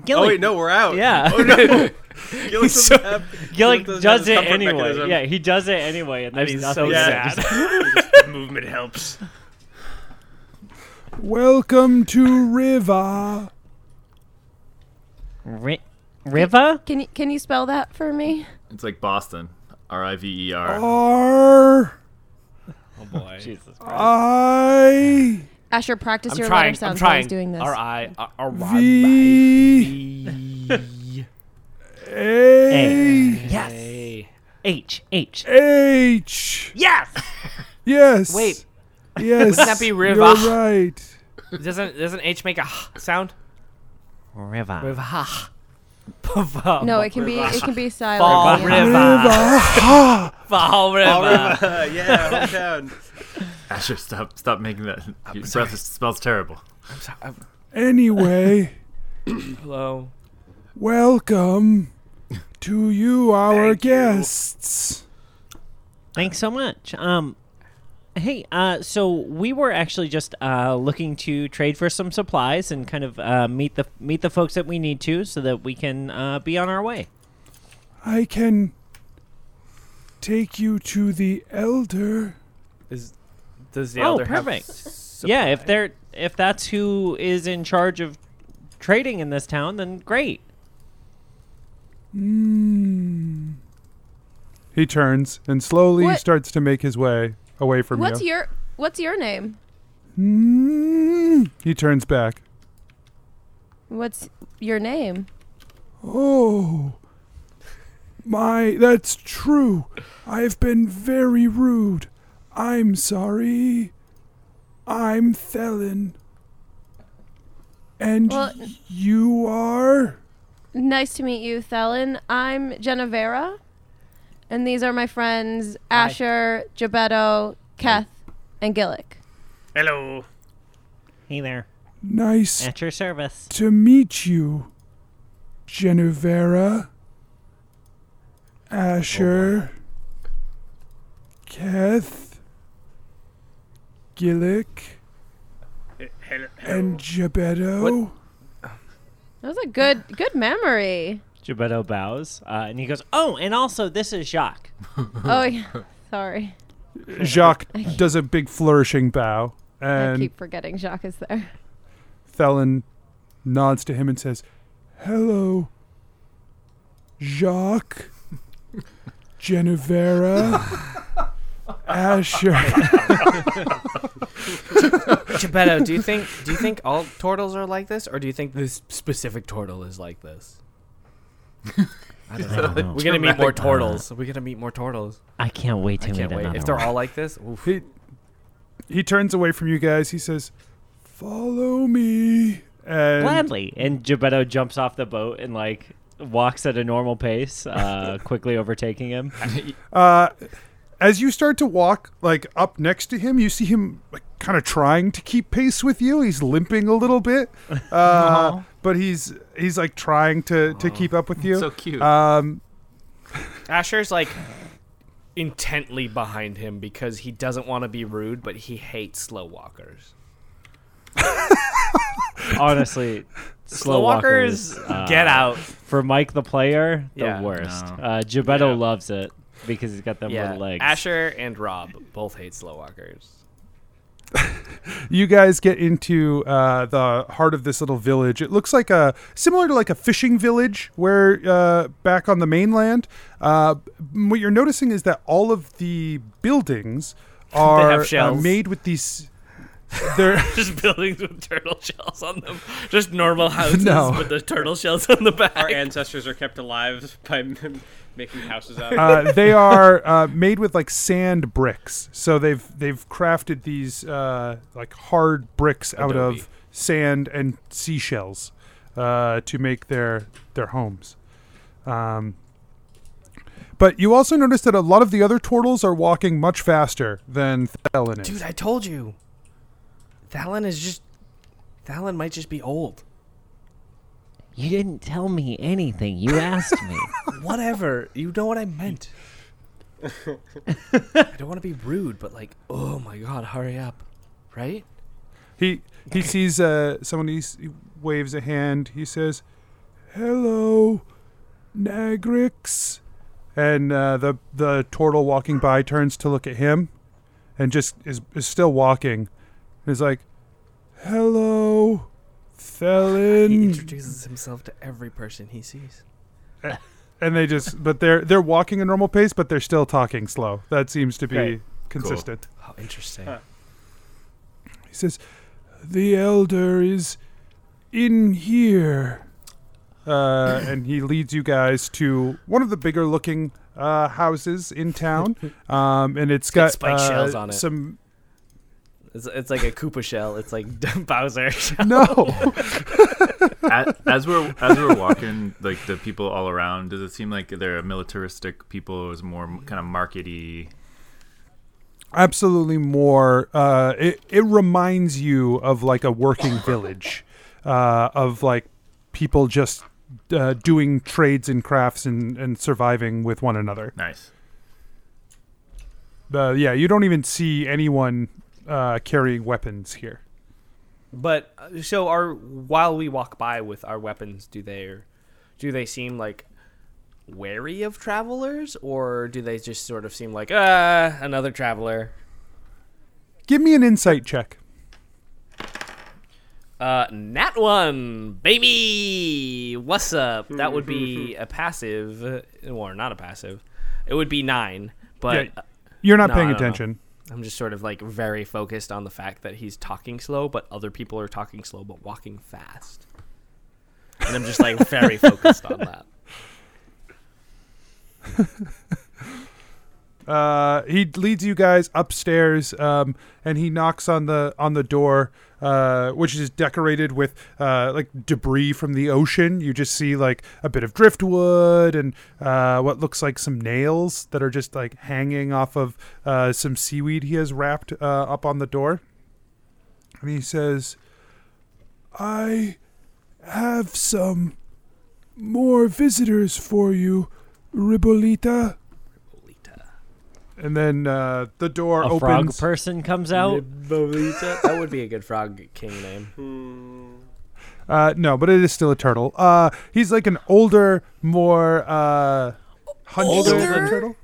J: Oh wait, no, we're out.
D: Yeah.
J: Oh no. Gillick doesn't
D: So-
J: have-
D: Gillick
J: doesn't have
D: does
J: his
D: it
J: comfort
D: anyway.
J: mechanism.
D: Yeah, he does it anyway, and
J: And
D: there's
J: he's
D: nothing
J: so sad. Just movement helps.
A: Welcome to Riva.
D: Ri- Riva?
B: Can you can you spell that for me?
I: It's like Boston. R I V E R.
A: Oh. R
G: oh boy,
D: Jesus.
A: I
B: Asher, practice
G: I'm
B: your
G: trying.
B: letter sounds
G: I'm
B: while
G: trying.
B: he's doing this.
G: R I R R
A: V A
D: Yes. H H.
A: H.
D: Yes.
A: Yes.
G: Wait.
A: Yes.
G: Wouldn't that be Riva?
A: You're right.
G: Doesn't doesn't H make a h sound?
D: Riva.
G: With ha. Pava.
B: No, it can be it can be
G: Fall
B: silent.
G: river.
B: yeah.
G: Fall river.
J: yeah, hometown.
I: Asher, stop, stop making that. Your breath is- smells terrible.
G: I'm sorry. I'm,
A: Anyway,
G: hello.
A: welcome to you, our guests.
D: Thanks so much. Um, hey, uh, so we were actually just uh, looking to trade for some supplies and kind of uh, meet the meet the folks that we need to, so that we can uh, be on our way.
A: I can take you to the elder.
G: Is does the
D: oh,
G: elder have
D: perfect.
G: s-
D: yeah, if
G: supply?
D: they're if that's who is in charge of trading in this town, then great.
A: Mm. He turns and slowly
B: What-
A: starts to make his way away from
B: What's
A: you.
B: your What's your name?
A: Mm. He turns back.
B: What's your name?
A: Oh, my, that's true. I've been very rude. I'm sorry. I'm Thelen. And
B: Well-
A: you are?
B: Nice to meet you, Thelen. I'm Genevera, and these are my friends Asher, Gebetto, Keth, and Gillick.
J: Hello.
D: Hey there,
A: Nice
D: at your service.
A: to meet you, Genevera. Asher. Keth. Gillick.
J: Eh, Hello.
A: And Gebetto.
B: That was a good good memory.
D: Gebetto bows, uh, and he goes, "Oh, and also this is Jacques."
B: Oh, yeah. sorry.
A: Jacques does a big flourishing bow,
B: I
A: and
B: keep forgetting Jacques is there.
A: Thelen nods to him and says, "Hello, Jacques, Genevera, Asher."
G: Geppetto, do you think do you think all turtles are like this, or do you think this specific turtle is like this? I don't know.
D: know.
G: We're gonna meet more
D: Dramatic.
G: turtles. We're gonna meet more turtles.
D: I can't wait to
G: I can't
D: meet
G: wait.
D: another
G: If they're
D: one.
G: all like this, oof.
A: he he turns away from you guys. He says, "Follow me." And
D: Gladly. And Gebetto jumps off the boat and like walks at a normal pace, uh, quickly overtaking him.
A: Uh, as you start to walk like up next to him, you see him like kind of trying to keep pace with you. He's limping a little bit, uh, but he's he's like trying to to keep up with you.
I: So cute.
A: Um,
G: Asher's like intently behind him because he doesn't want to be rude, but he hates slow walkers.
H: honestly, slow walkers, uh,
G: Slowwalkers, get out.
H: For Mike the player, the
G: Yeah.
H: worst.
G: No.
H: Uh, Gebetto loves it because he's got them
G: Yeah,
H: little legs.
G: Asher and Rob both hate slow walkers.
A: you guys get into uh, the heart of this little village. It looks like a similar to like a fishing village where uh, back on the mainland. Uh, m- what you're noticing is that all of the buildings are
G: have
A: uh,
G: shells.
A: made with these. They're
G: just buildings with turtle shells on them. Just normal houses
A: No.
G: with the turtle shells on the back.
F: Our ancestors are kept alive by m- making houses out. of
A: uh, they are uh, made with like sand bricks. So they've they've crafted these uh, like hard bricks out
G: Adobe.
A: of sand and seashells uh, to make their their homes. Um, but you also notice that a lot of the other turtles are walking much faster than Thelen is.
G: Dude, I told you. Thalen is just. Thalen might just be old.
D: You didn't tell me anything. You asked me.
G: Whatever. You know what I meant. I don't want to be rude, but like, oh my god, hurry up. Right?
A: He he sees uh, someone. He, s- he waves a hand. He says, "Hello, Nagrix," and uh, the the turtle walking by turns to look at him, and just is, is still walking. He's like, "Hello,
G: He
A: Felin,"
G: introduces himself to every person he sees.
A: and they just but they're they're walking a normal pace, but they're still talking slow. That seems to be
G: Great.
A: consistent.
G: How interesting.
A: He says, "The elder is in here," uh, and he leads you guys to one of the bigger looking uh, houses in town, um, and it's
G: It's got
A: got
G: spike
A: uh,
G: shells on it.
A: Some
G: It's, it's like a Koopa shell. It's like Bowser. Shell.
A: no.
I: A- as we're as we're walking, like the people all around, does it seem like they're militaristic people? Or is it more kind of markety?
A: absolutely more uh it, it reminds you of like a working village uh of like people just uh, doing trades and crafts and and surviving with one another
I: nice
A: uh, yeah you don't even see anyone uh carrying weapons here
G: But uh, so our while we walk by with our weapons, do they do they seem like wary of travelers, or do they just sort of seem like ah another traveler?
A: give me an insight check
G: Uh, nat one baby, what's up? That would be a passive, uh, or not a passive. It would be nine, but
A: Yeah, you're not
G: No,
A: paying
G: I don't know.
A: attention
G: I'm just sort of like very focused on the fact that he's talking slow, but other people are talking slow but walking fast. And I'm just like very focused on that.
A: Uh, he leads you guys upstairs, um, and he knocks on the on the door, uh, which is decorated with uh, like debris from the ocean. You just see like a bit of driftwood and uh, what looks like some nails that are just like hanging off of uh, some seaweed he has wrapped uh, up on the door. And he says, "I have some more visitors for you, Ribolita." And then uh, the door
D: A
A: opens.
D: frog person comes out.
G: that would be a good frog king name.
A: Uh, no, but it is still a turtle. Uh, he's like an older, more uh, hunched
G: Older?
A: over turtle.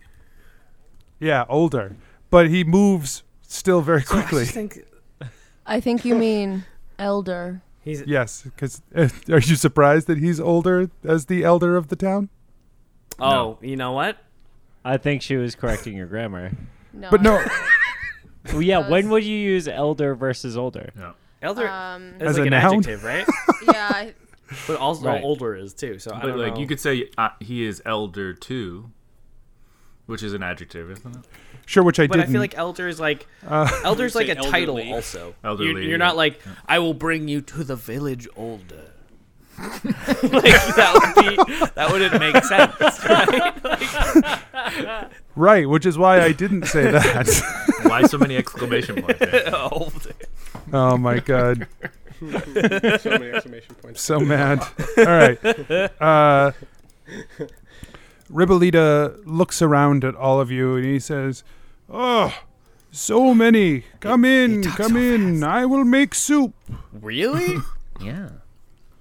A: Yeah, older, but he moves still very quickly.
B: I think you mean elder.
G: He's
A: yes, because are you surprised that he's older as the elder of the town?
G: Oh, you know what?
H: I think she was correcting your grammar.
B: No.
A: But no,
H: Well, yeah, when would you use elder versus older?
I: No.
G: Elder
B: Um,
G: is
A: As
G: like
A: a
G: an
A: noun?
G: adjective, right?
B: yeah. I-
G: but also
H: Right.
G: older is too. So I
I: But
G: don't
I: like
G: know.
I: you could say uh, he is elder too, which is an adjective, isn't it?
A: sure, which I
G: But I
A: didn't.
G: feel like elder is like
A: Uh,
G: elder is
F: You
G: like
F: say
G: a title
F: elderly.
G: also.
I: Elderly,
G: You're,
I: yeah.
G: you're not like I will bring you to the village older. like that would be that wouldn't make sense, right?
A: right, which is why I didn't say that.
I: Why so many exclamation points? there?
G: Older.
A: oh my god.
F: it. so many exclamation points.
A: so mad. All right. Uh, Ribolita looks around at all of you and he says, Oh, so many. Come in, come in. I will make soup.
G: Really?
D: Yeah.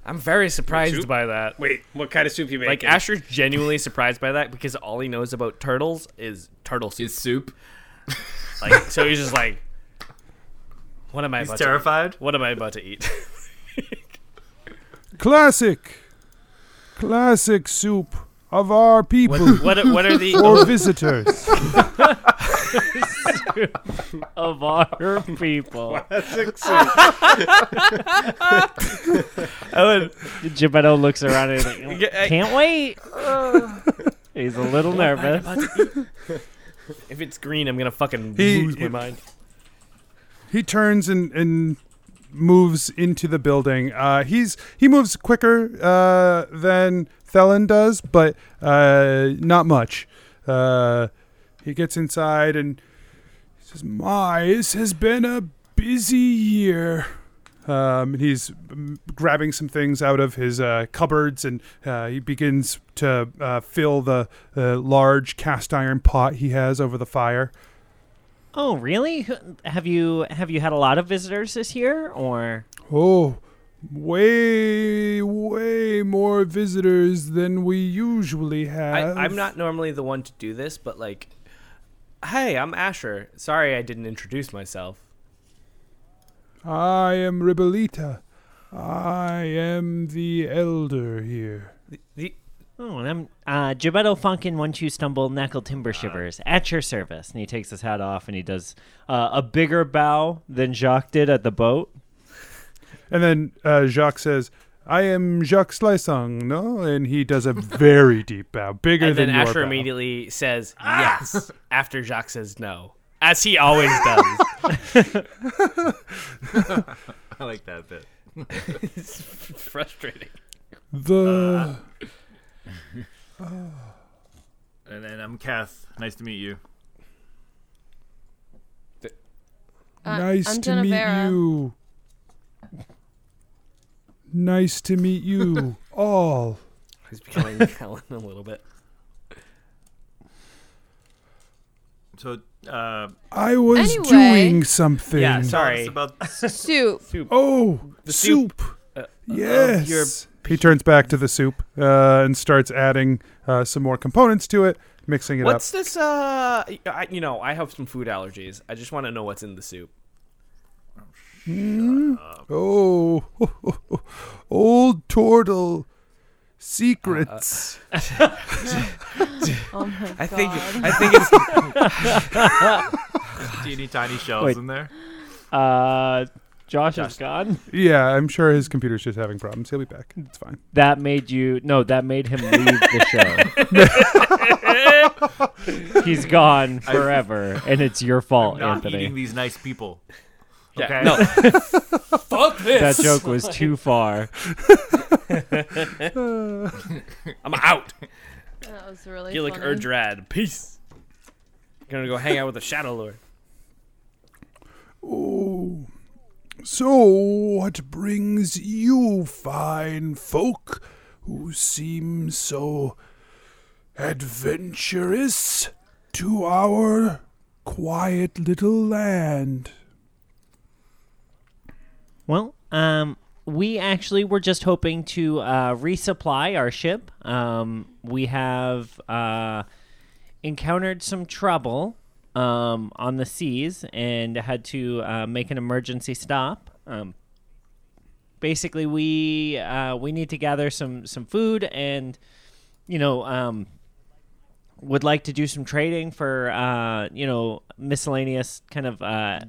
G: I'm very surprised
F: soup?
G: by that.
F: Wait, what kind of soup you
G: Like
F: making?
G: Asher's genuinely surprised by that because all he knows about turtles is turtle soup. Is
J: soup.
G: Like so he's just like what am I
J: He's
G: about
J: terrified?
G: To, what am I about to eat?
A: Classic, classic soup of our people.
G: what are- what are the-
A: for visitors?
D: of our people.
G: I
D: Geppetto looks around and he's like, can't wait. He's a little
G: What am I
D: nervous.
G: about to eat? if it's green, I'm gonna fucking
A: He-
G: lose my
A: he-
G: mind.
A: he turns and, and moves into the building. Uh, he's he moves quicker uh, than Thelen does, but uh, not much. Uh, he gets inside and he says, "My, this has been a busy year." Um, and he's mm, grabbing some things out of his uh, cupboards, and uh, he begins to uh, fill the uh, large cast iron pot he has over the fire.
D: Oh, really? Who- Have you have you had a lot of visitors this year, or
A: Oh, way, way more visitors than we usually have.
G: I, I'm not normally the one to do this, but like, hey, I'm Asher. Sorry, I didn't introduce myself.
A: I am Ribelita. I am the elder here.
D: oh, and I'm uh, Gebetto Funkin. Once you stumble, knuckle
H: Uh.
D: timber shivers at your service. And he takes his hat off and he does uh, a bigger bow than Jacques did at the boat.
A: And then uh, Jacques says, I am Jacques Slysong, no? And he does a very deep bow, bigger
G: and
A: than
G: then
A: your
G: Asher
A: bow.
G: immediately says
F: Ah!
G: yes after Jacques says no, as he always does.
J: I like that bit.
G: it's frustrating.
A: The
J: And
I: um,
J: then I'm Kath. Nice to meet you.
B: Uh,
A: nice
B: I'm
A: to meet
B: Genevera.
A: you. Nice to meet you all.
G: He's becoming Helen a little bit.
J: So, uh,
A: I was
B: Anyway.
A: doing something.
G: Yeah, sorry.
B: soup.
A: Oh,
G: The
A: soup.
G: soup, uh, of
A: yes.
G: your-
A: he turns back to the soup uh, and starts adding uh, some more components to it, mixing it
G: What's
A: up.
G: this? Uh, I, you know, I have some food allergies. I just want to know what's in the soup.
A: Mm. Oh, old turtle secrets.
B: Oh my
G: I think-
B: God.
G: I think it's-
J: Do you need tiny shells
D: Wait.
J: in there?
D: Uh, Josh, is gone.
A: uh, yeah, I'm sure his computer's just having problems. He'll be back. It's fine.
D: That made you no. That made him leave the show. He's gone
J: I-
D: forever, and it's your fault,
J: I'm not
D: Oh, Anthony.
J: eating these nice people.
G: Yeah,
J: Okay.
G: no. Fuck
D: That
G: this.
D: joke was
G: Like-
D: too far.
G: I'm out.
B: That was really
G: Gillick
B: funny.
G: Erdrad. Peace. Gonna go hang out with the Shadow Lord.
A: Oh, so what brings you fine folk who seem so adventurous to our quiet little land?
D: Well, um, we actually were just hoping to uh, resupply our ship. Um, we have uh, encountered some trouble um, on the seas and had to uh, make an emergency stop. Um, basically, we uh, we need to gather some some food and you know um, would like to do some trading for uh, you know miscellaneous kind of uh,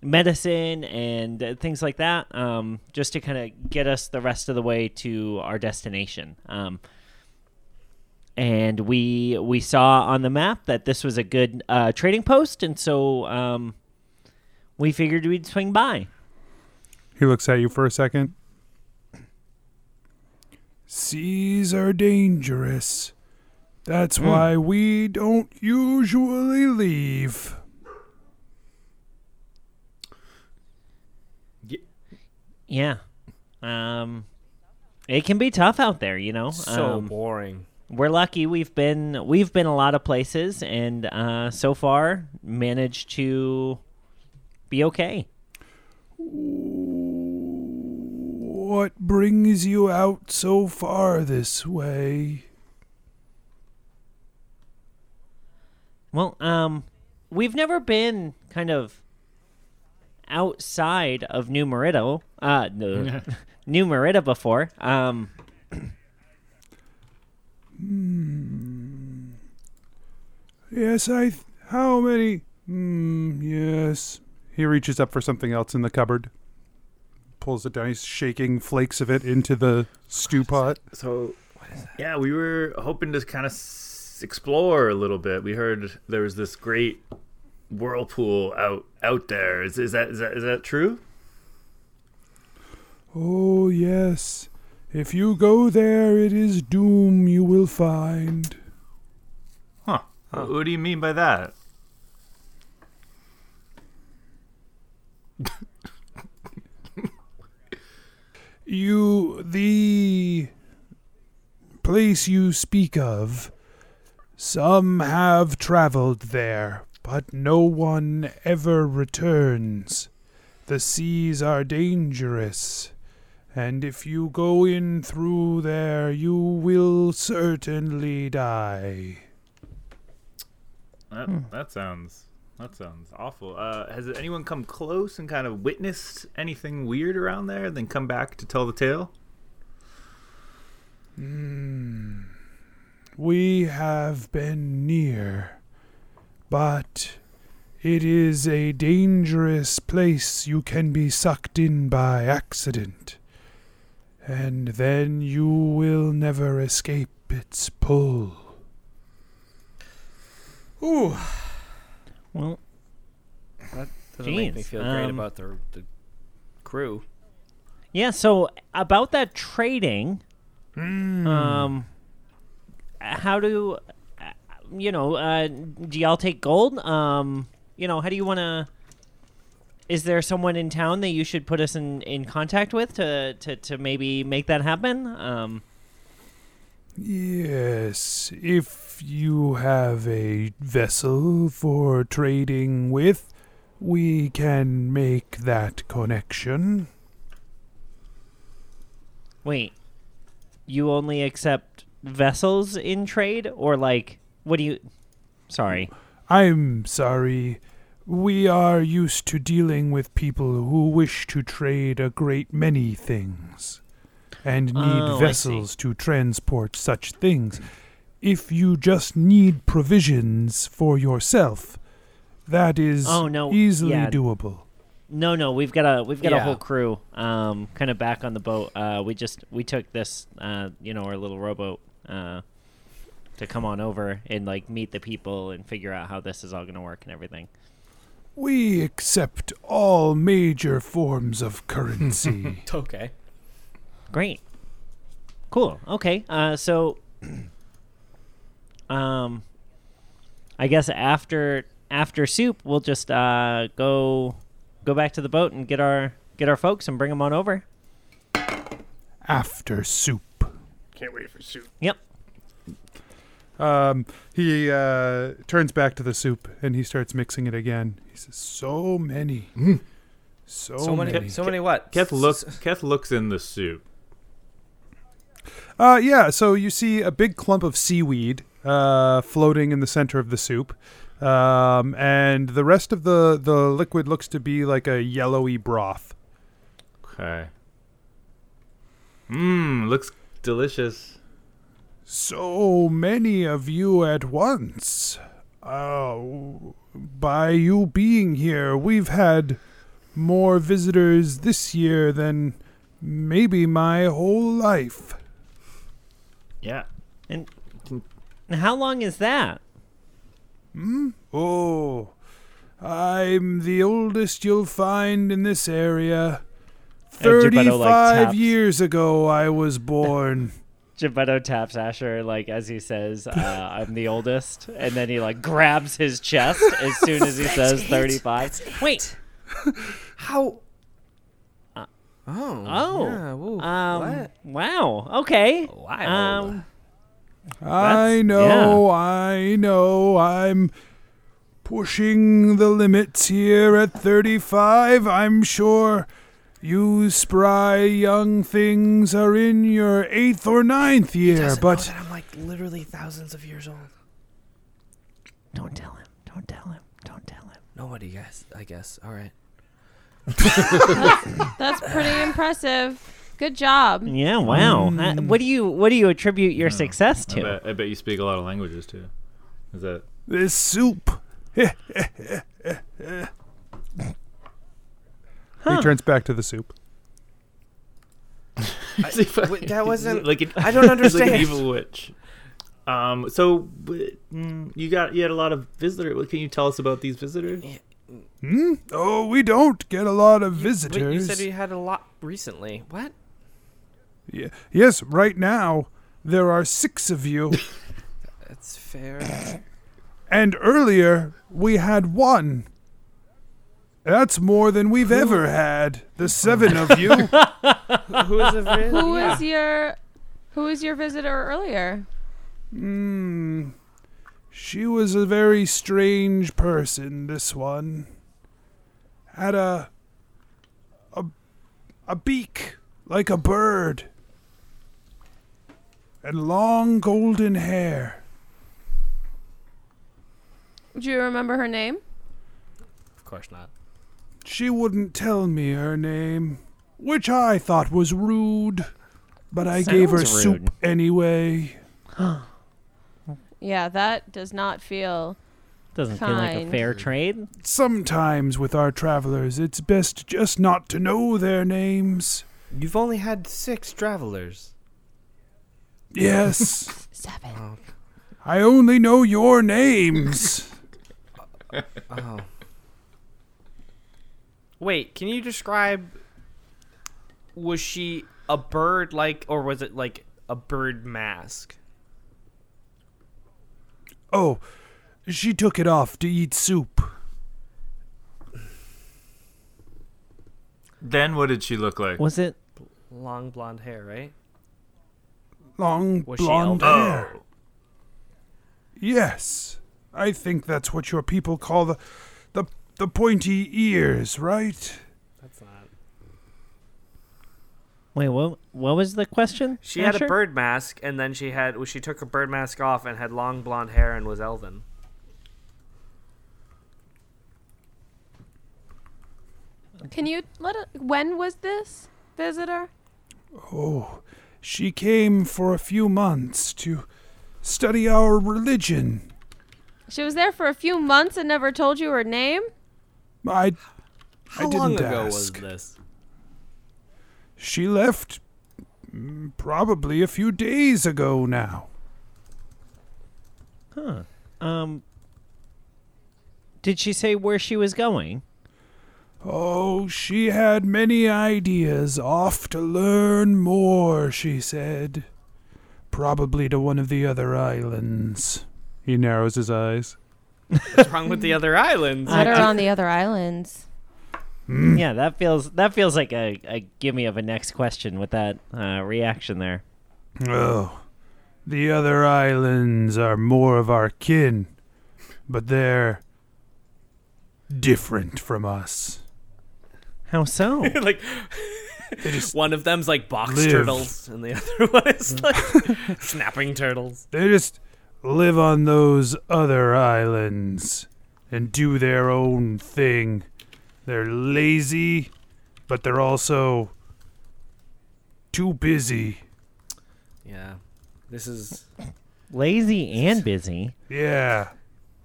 D: medicine and uh, things like that, um, just to kind of get us the rest of the way to our destination. Um, and we we saw on the map that this was a good uh, trading post, and so um, we figured we'd swing by.
A: He looks at you for a second. Seas are dangerous. That's
D: Hmm.
A: why we don't usually leave.
D: Yeah, um, it can be tough out there, you know.
G: So
D: Um,
G: boring.
D: we're lucky we've been we've been a lot of places and uh, so far managed to be okay
A: Wha- What brings you out so far this way?
D: Well, um, we've never been kind of outside of New Merida, uh, no, New Merida before. Um,
A: Hmm. Yes, I. Th- how many? Hmm. Yes.
N: He reaches up for something else in the cupboard, pulls it down. He's shaking flakes of it into the stew pot.
I: So, yeah, we were hoping to kind of s- explore a little bit. We heard there was this great whirlpool out out there. Is, is that is that is that true?
A: Oh, yes. If you go there, it is doom you will find.
I: Huh. What, what do you mean by that?
A: You. The. place you speak of. Some have traveled there, but no one ever returns. The seas are dangerous, and if you go in through there, you will certainly die.
I: That, that sounds that sounds awful. Uh, has anyone come close and kind of witnessed anything weird around there, and then come back to tell the tale?
A: Hmm. We have been near, but it is a dangerous place you can be sucked in by accident, and then you will never escape its pull.
G: Ooh.
D: Well,
G: that doesn't make me
D: Jeez,
G: feel great
D: um,
G: about the, the crew.
D: yeah. So about that trading,
A: Hmm.
D: um, how do uh, you know? Uh, do y'all take gold? Um, you know, how do you want to? Is there someone in town that you should put us in, in contact with to, to, to maybe make that happen? Um,
A: Yes, if you have a vessel for trading with, we can make that connection.
D: Wait, you only accept vessels in trade, or like, what do you? Sorry.
A: I'm sorry. We are used to dealing with people who wish to trade a great many things and need
N: Oh, I see.
A: vessels to transport such things. If you just need provisions for yourself, that is
D: Oh no,
A: easily
D: yeah.
A: doable.
D: No, no, we've got a we've got a
A: Yeah.
D: whole crew, um, kind of back on the boat. Uh, we just we took this, uh, you know, our little rowboat, uh, to come on over and like meet the people and figure out how this is all gonna work and everything.
A: We accept all major forms of currency.
G: okay.
D: Great. Cool. Okay. Uh, so, um, I guess after after soup, we'll just uh, go go back to the boat and get our get our folks and bring them on over.
A: After soup.
J: Can't wait for soup.
D: Yep.
N: Um, he uh, turns back to the soup and he starts mixing it again. He says, "So many, Mm. so, many,
G: what?
I: Keth looks. Keth looks in the soup.
N: Uh, yeah, so you see a big clump of seaweed uh, floating in the center of the soup. Um, and the rest of the, the liquid looks to be like a yellowy broth.
I: Okay. Mmm, looks delicious.
A: So many of you at once. Oh, by you being here, we've had more visitors this year than maybe my whole life.
I: Yeah.
D: And and how long is that?
A: Hmm? Oh, I'm the oldest you'll find in this area.
D: And Geppetto, like,
A: 35
D: taps.
A: years ago, I was born.
D: Geppetto taps Asher like as he says, uh, "I'm the oldest," and then he like grabs his chest as soon as he says thirty-five. Wait.
G: How?
D: Oh. Oh.
G: yeah, whoa,
D: um,
G: what?
D: Wow. Okay. Wow. Um,
A: I
D: That's-
A: know, I know, I'm pushing the limits here at 35. I'm sure You spry young things are in your eighth or ninth year,
F: doesn't know
A: but
F: that I'm like literally thousands of years old.
D: Don't tell him. Don't tell him. Don't tell him.
F: Nobody guess. I guess. All right.
B: That's pretty impressive. Good job.
D: Yeah, wow.
G: Mm.
D: Uh, what do you what do you attribute your success
I: Hmm, I
D: to?
I: bet, I bet you speak a lot of languages too. Is that
A: this soup. He turns back to the soup.
F: I- wait, that wasn't.
I: like an,
F: I don't
I: he's
F: understand.
I: Like an evil witch. Um. So w- mm, you got you had a lot of visitors. What can you tell us about these visitors?
A: Hmm? Oh, we don't get a lot of
G: Wait, you
A: visitors.
G: said you had a lot recently. What?
A: Ye- yes, right now there are six of you.
F: That's fair.
A: and earlier we had one. That's more than we've ever had. The seven of you.
F: Who is a vis-
B: Who
F: yeah.
B: was your Who was your visitor earlier?
A: Hmm. She was a very strange person, this one. Had a a a beak like a bird. And long golden hair.
B: Do you remember her name?
G: Of course not.
A: She wouldn't tell me her name, which I thought was rude, but I gave her
D: Sounds rude.
A: soup anyway.
B: Yeah, that does not feel
D: Doesn't feel like a
B: Kind.
D: fair trade.
A: Sometimes with our travelers, it's best just not to know their names.
F: You've only had six travelers.
A: Yes.
B: Seven.
F: Oh.
A: I only know your names.
F: Oh.
G: Wait, can you describe? Was she a bird like, or was it like a bird mask?
A: Oh, she took it off to eat soup.
I: Then what did she look like?
D: Was it
G: Long blonde hair, right?
A: Long
G: Was she
A: blonde
G: elder?
A: hair.
I: Oh,
A: Yes. I think that's what your people call the the the pointy ears, right?
G: That's not.
D: Wait, what what was the question?
G: She had
D: Asher?
G: a bird mask, and then she had. Well, she took her bird mask off and had long blonde hair and was elven.
B: Can you let it, when was this visitor?
A: Oh, she came for a few months to study our religion.
B: She was there for a few months and never told you her name?
A: I I
G: How
A: didn't
G: long ago
A: ask.
G: was this?
A: She left mm, probably a few days ago now.
D: Huh. Um Did she say where she was going?
A: Oh, she had many ideas. Off to learn more, she said. Probably to one of the other islands. He narrows his eyes.
G: What's wrong with the other islands?
B: Let her on the other islands.
D: Yeah, that feels that feels like a, a gimme of a next question with that uh, reaction there.
A: Oh, the other islands are more of our kin, but they're different from us.
D: How so?
G: like one of them's like box
A: live.
G: turtles, and the other one is like snapping turtles.
A: They just live on those other islands and do their own thing. They're lazy, but they're also too busy.
G: Yeah, this is
D: Lazy and busy.
A: Yeah.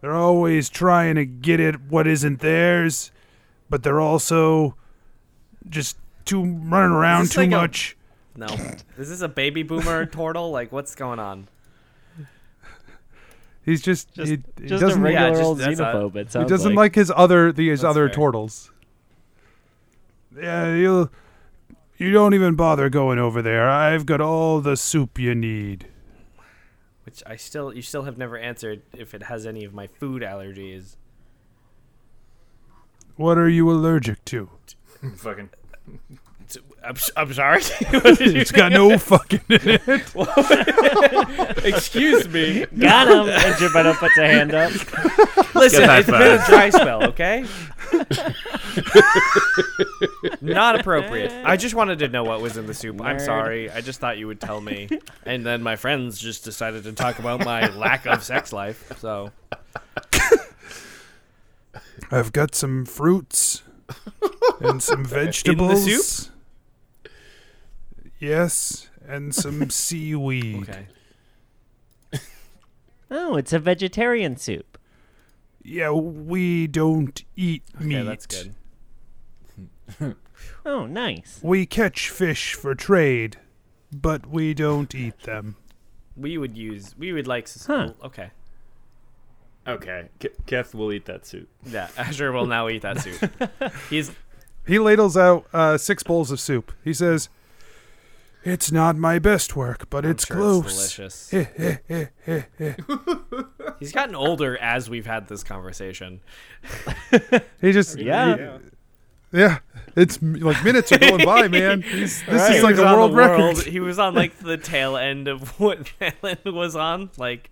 A: They're always trying to get at what isn't theirs, but they're also just too running around
G: this
A: too
G: like a-
A: much.
G: no. Is this a baby boomer turtle? Like, what's going on?
A: He's just,
D: Just,
A: he, he
D: just a
A: doesn't
D: regular
G: Yeah, just-
D: old
G: that's a-
D: xenophobe. it
A: he
D: sounds
A: doesn't
D: like.
A: like his other the, his
G: That's
A: other
G: fair.
A: turtles. Yeah, you you don't even bother going over there. I've got all the soup you need.
G: Which I still, you still have never answered if it has any of my food allergies.
A: What are you allergic to?
I: Fucking
G: I'm, I'm sorry.
A: it's got no fucking in
G: it. Excuse me.
D: Got him. And Geppetto puts a hand up.
G: Listen,
D: Get high
G: it's been a
D: five.
G: dry spell, okay? Not appropriate. I just wanted to know what was in the soup. I'm
F: Nerd.
G: sorry. I just thought you would tell me. And then my friends just decided to talk about my lack of sex life. So
A: I've got some fruits and some vegetables.
O: soup?
A: Yes, and some seaweed.
G: Okay.
D: Oh, it's a vegetarian soup.
A: Yeah, we don't eat meat.
D: Oh, nice.
A: We catch fish for trade, but we don't eat them.
G: we would use, we would like, s- okay.
I: Okay, K- Keth will eat that soup.
G: Yeah, Azure will now eat that soup. He's
A: He ladles out uh, six bowls of soup. He says, "It's not my best work, but it's
G: sure
A: close."
G: it's delicious.
A: Eh, eh, eh, eh, eh.
G: He's gotten older as we've had this conversation.
A: He just
G: Yeah.
A: he- yeah. It's m- like minutes are going by, man. He's, this
G: Right.
A: is
G: He
A: like
G: was
A: a
G: on the
A: world record.
G: world- He was on like the tail end of what Thailand was on. Like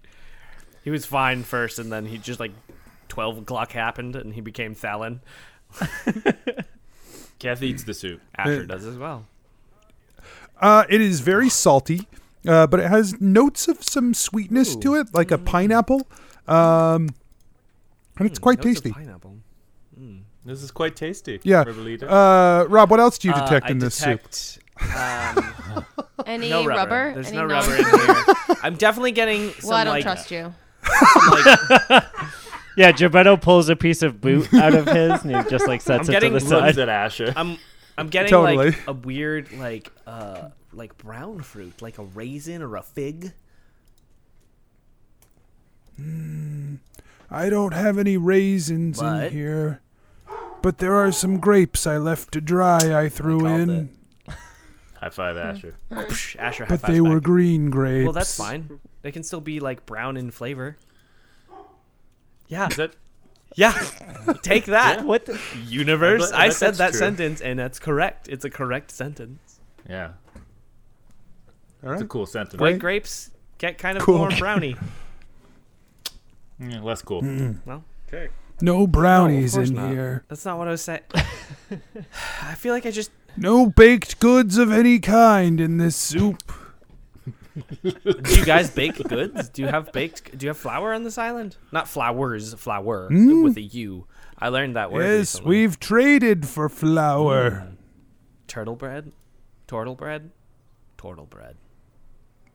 G: he was fine first, and then he just like twelve o'clock happened, and he became Thalen.
I: Kath eats the soup.
G: Asher does as well.
A: Uh, it is very salty, uh, but it has notes of some sweetness to it, like a pineapple. Um, and
G: Hmm,
A: it's quite tasty.
G: Pineapple.
I: This is quite tasty.
A: Yeah.
I: Revelito.
A: Uh, Rob, what else do you
I: Uh,
A: detect
I: I
A: in this soup?
I: detect-
G: Um,
B: Any
G: no rubber.
B: rubber?
G: There's
B: Any
G: no rubber in
B: non-
G: here. I'm definitely getting. Some,
B: Well, I don't
G: like-
B: trust you.
G: some, like,
D: Yeah, Geppetto pulls a piece of boot out of his and he just like sets
G: I'm
D: it to
G: getting
D: the side.
G: I'm I'm getting
D: Totally.
G: like a weird like uh like brown fruit, like a raisin or a fig.
A: I don't have any raisins
G: What?
A: in here, but there are some grapes I left to dry. I threw in,
I: High five, Asher.
G: Psh, Asher
A: but
G: high-fives
A: they were
G: back.
A: green grapes.
G: Well, that's fine. They can still be like brown in flavor. Yeah.
I: Is that?
G: Yeah. Take that.
I: Yeah.
G: What the- universe?
I: I bet- I
G: I,
I: bet
G: said
I: that's
G: that
I: true.
G: sentence and that's correct. It's a correct sentence.
I: Yeah.
A: All right.
I: It's a cool sentence.
G: White grapes get kind of
A: Cool.
G: warm brownie.
I: Yeah, less cool.
A: Mm.
G: Well,
I: okay.
A: No brownies in here.
G: That's not what I was saying. I feel like I just
A: No baked goods of any kind in this soup.
G: Do you guys bake goods? Do you have baked do you have flour on this island? Not flowers, flour
A: Mm.
G: with a U. I learned that word.
A: yes,
G: recently.
A: we've traded for flour.
G: turtle bread? Turtle bread? Turtle bread.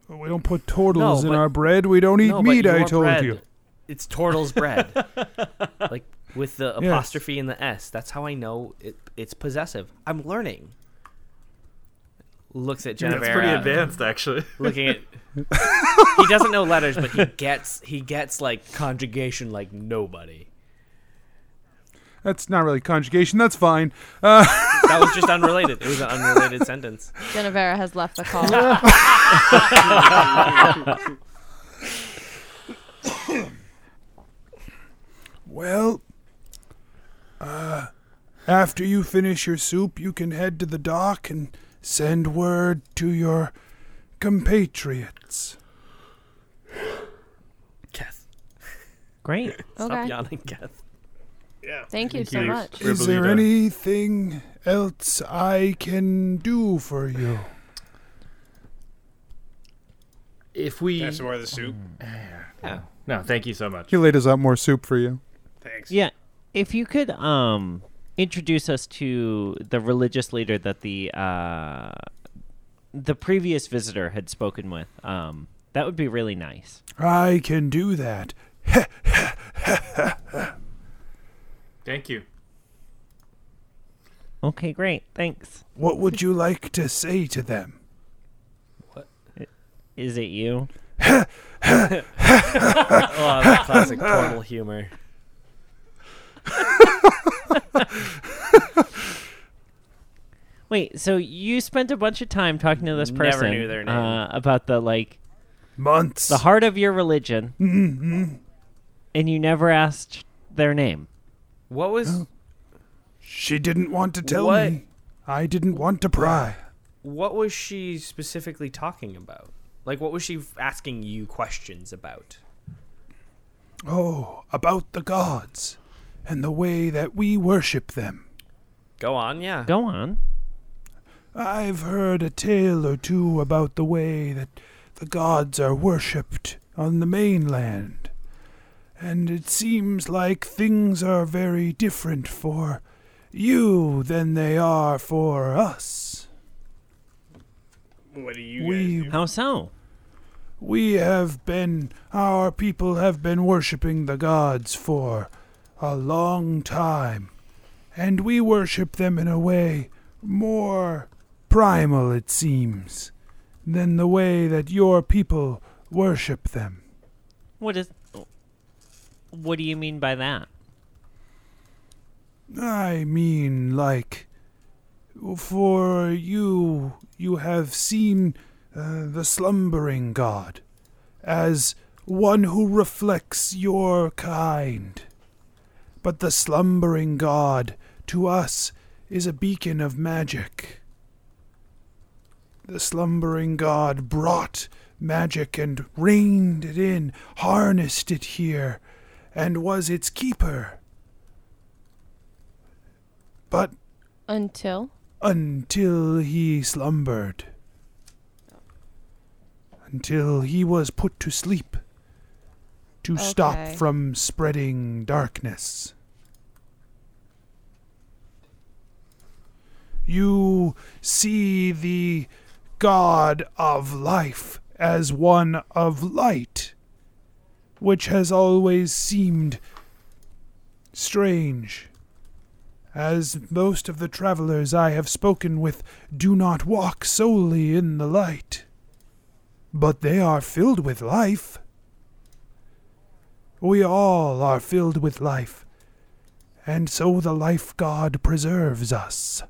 A: We don't put turtles
G: Hmm. No,
A: in
G: but-
A: our bread. We don't eat
G: No, but
A: meat. I
G: your
A: told
G: bread,
A: you.
G: It's turtle's bread. like with the
A: Yes.
G: apostrophe and the S. That's how I know it, it's possessive. I'm learning. Looks at
J: Yeah,
G: Jennifer.
J: that's pretty advanced, actually.
G: Looking at He doesn't know letters, but he gets he gets like conjugation like nobody.
A: That's not really conjugation. That's fine. Uh,
G: That was just unrelated. It was an unrelated sentence.
B: Genevera has left the call.
A: well, uh, after you finish your soup, you can head to the dock and send word to your compatriots.
G: Kath.
D: Great.
B: Okay.
G: Stop yawning, Kath.
J: Yeah.
B: Thank you so much.
A: Is there anything else I can do for you?
I: If we
J: have some more of the soup.
I: Yeah. No, thank you so much.
A: He laid us out more soup for you.
J: Thanks.
D: Yeah. If you could um introduce us to the religious leader that the uh the previous visitor had spoken with, um that would be really nice.
A: I can do that.
I: Thank you.
D: Okay, great. Thanks.
A: What would you like to say to them?
D: Is it you?
G: Oh, that classic turtle humor.
D: Wait, so you spent a bunch of time talking to this
G: Never
D: person
G: knew their name.
D: Uh, about the like
A: months,
D: the heart of your religion, Mm-hmm.
A: Mm-mm.
D: and you never asked their name.
G: What was
A: Oh. She didn't want to tell
G: what?
A: me. I didn't want to pry.
G: What was she specifically talking about? Like, what was she f- asking you questions about?
A: Oh, about the gods and the way that we worship them.
G: Go on, yeah.
D: Go on.
A: I've heard a tale or two about the way that the gods are worshipped on the mainland, and it seems like things are very different for you than they are for us.
J: Mm.
G: What do you
A: We
D: how so?
A: We have been our people have been worshipping the gods for a long time, and we worship them in a way more primal, it seems, than the way that your people worship them.
D: What is? What do you mean by that?
A: I mean, like, for you, you have seen uh, the slumbering god as one who reflects your kind. But the slumbering god, to us, is a beacon of magic. The slumbering god brought magic and reined it in, harnessed it here, and was its keeper. But
B: Until
A: until he slumbered. Until he was put to sleep to stop
B: Okay.
A: from spreading darkness. You see the God of life as one of light, which has always seemed strange as most of the travelers I have spoken with do not walk solely in the light, but they are filled with life. We all are filled with life, and so the life God preserves us.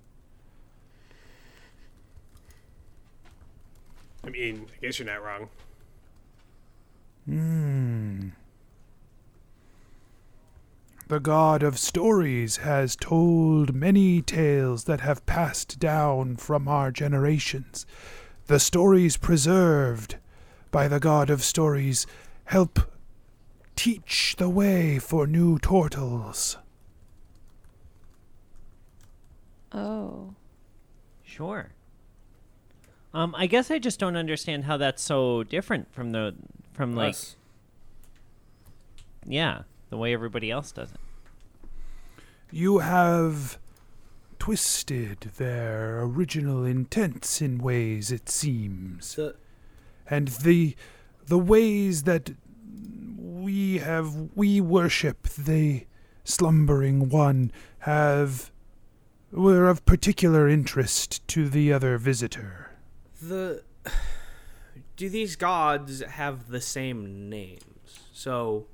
J: I mean, I guess you're not wrong.
A: Hmm. The god of stories has told many tales that have passed down from our generations. The stories preserved by the god of stories help teach the way for new turtles.
B: oh,
D: Sure. Um, I guess I just don't understand how that's so different from the from like
J: Us.
D: yeah the way everybody else does it.
A: You have twisted their original intents in ways, it seems. and the the ways that we have we worship the slumbering one have were of particular interest to the other visitor.
G: The do these gods have the same names? So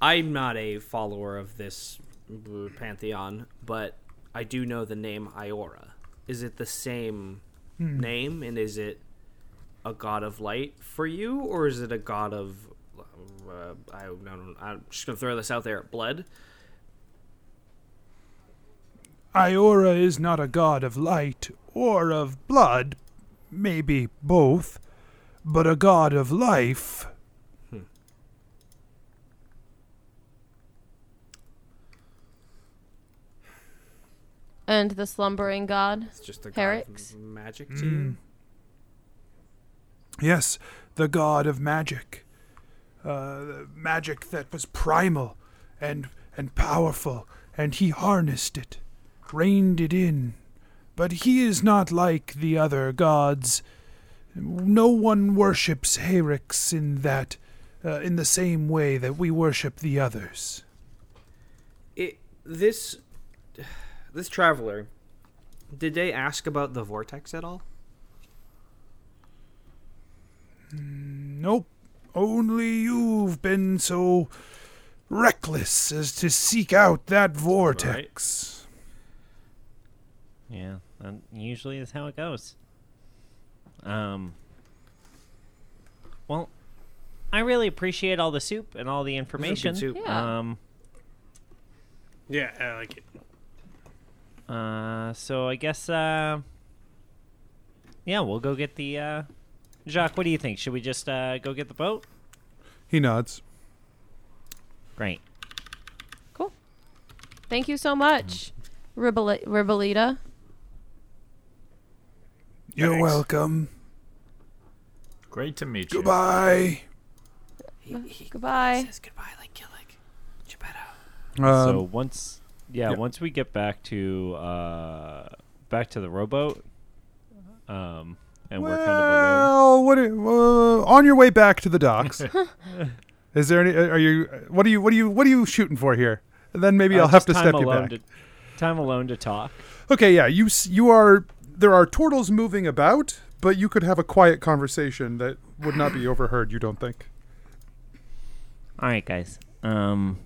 G: I'm not a follower of this uh, pantheon, but I do know the name Iora. Is it the same
A: Hmm.
G: name and is it a god of light for you or is it a god of uh, I don't I'm just going to throw this out there, blood.
A: Iora is not a god of light or of blood, maybe both, but a god of life.
B: and the slumbering god.
G: It's just a
B: Herrick.
G: god of magic
D: Hmm.
G: to you.
A: Mm. Yes, the god of magic. Uh, the magic that was primal and and powerful, and he harnessed it, reined it in. But he is not like the other gods. No one worships Herix in that, uh, in the same way that we worship the others.
G: it this this traveler did they ask about the vortex at all
A: Nope. Only you've been so reckless as to seek out that vortex.
D: Yeah, that usually is how it goes. Um. Well, I really appreciate all the soup and all the
G: Um,
D: information.
J: soup. Yeah.
D: Um.
J: Yeah, I like it.
D: Uh, so I guess, uh, yeah, we'll go get the. Uh, Jacques, what do you think? Should we just uh, go get the boat?
A: He nods.
D: Great.
B: Thank you so much, Ribble- Ribolita.
O: You're welcome.
I: Great to meet
O: Goodbye.
B: goodbye.
D: so
O: Um,
D: once, yeah,
O: yeah.
D: once we get back to uh, back to the rowboat, um, and we're kind of alone.
A: Well, what are, uh, on your way back to the docks? is there any? Are you? What are you? What are you? What are you shooting for here? And then maybe
D: Uh,
A: I'll have
D: just
A: to
D: time
A: step you
D: alone
A: back.
D: to- time alone to talk.
A: Okay, yeah, you s- you are there are turtles moving about, but you could have a quiet conversation that would not be overheard, you don't think.
D: All right, guys. Um,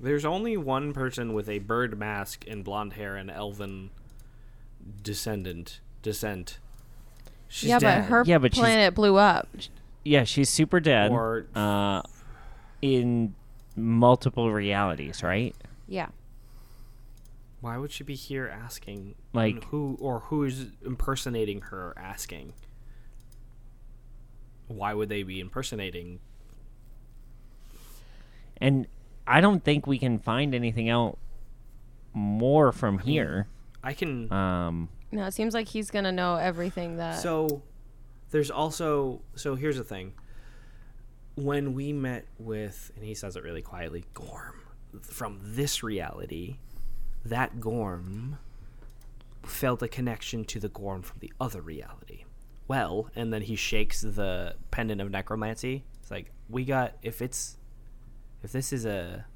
G: There's only one person with a bird mask and blonde hair and elven descendant descent. She's
B: yeah,
G: dead.
B: but her
D: Yeah, but she's-
B: planet blew up.
D: Yeah, she's super dead.
G: Or-
D: uh, in multiple realities, right?
B: Yeah.
G: Why would she be here asking?
D: Like-
G: and who or who is impersonating her asking? Why would they be impersonating?
D: And I don't think we can find anything out more from here.
G: I can.
D: Um,
B: No, it seems like he's gonna know everything that.
G: So there's also so here's the thing. When we met with and he says it really quietly, Gorm from this reality, that Gorm felt a connection to the Gorm from the other reality. Well, and then he shakes the pendant of necromancy. It's like, we got if it's if this is a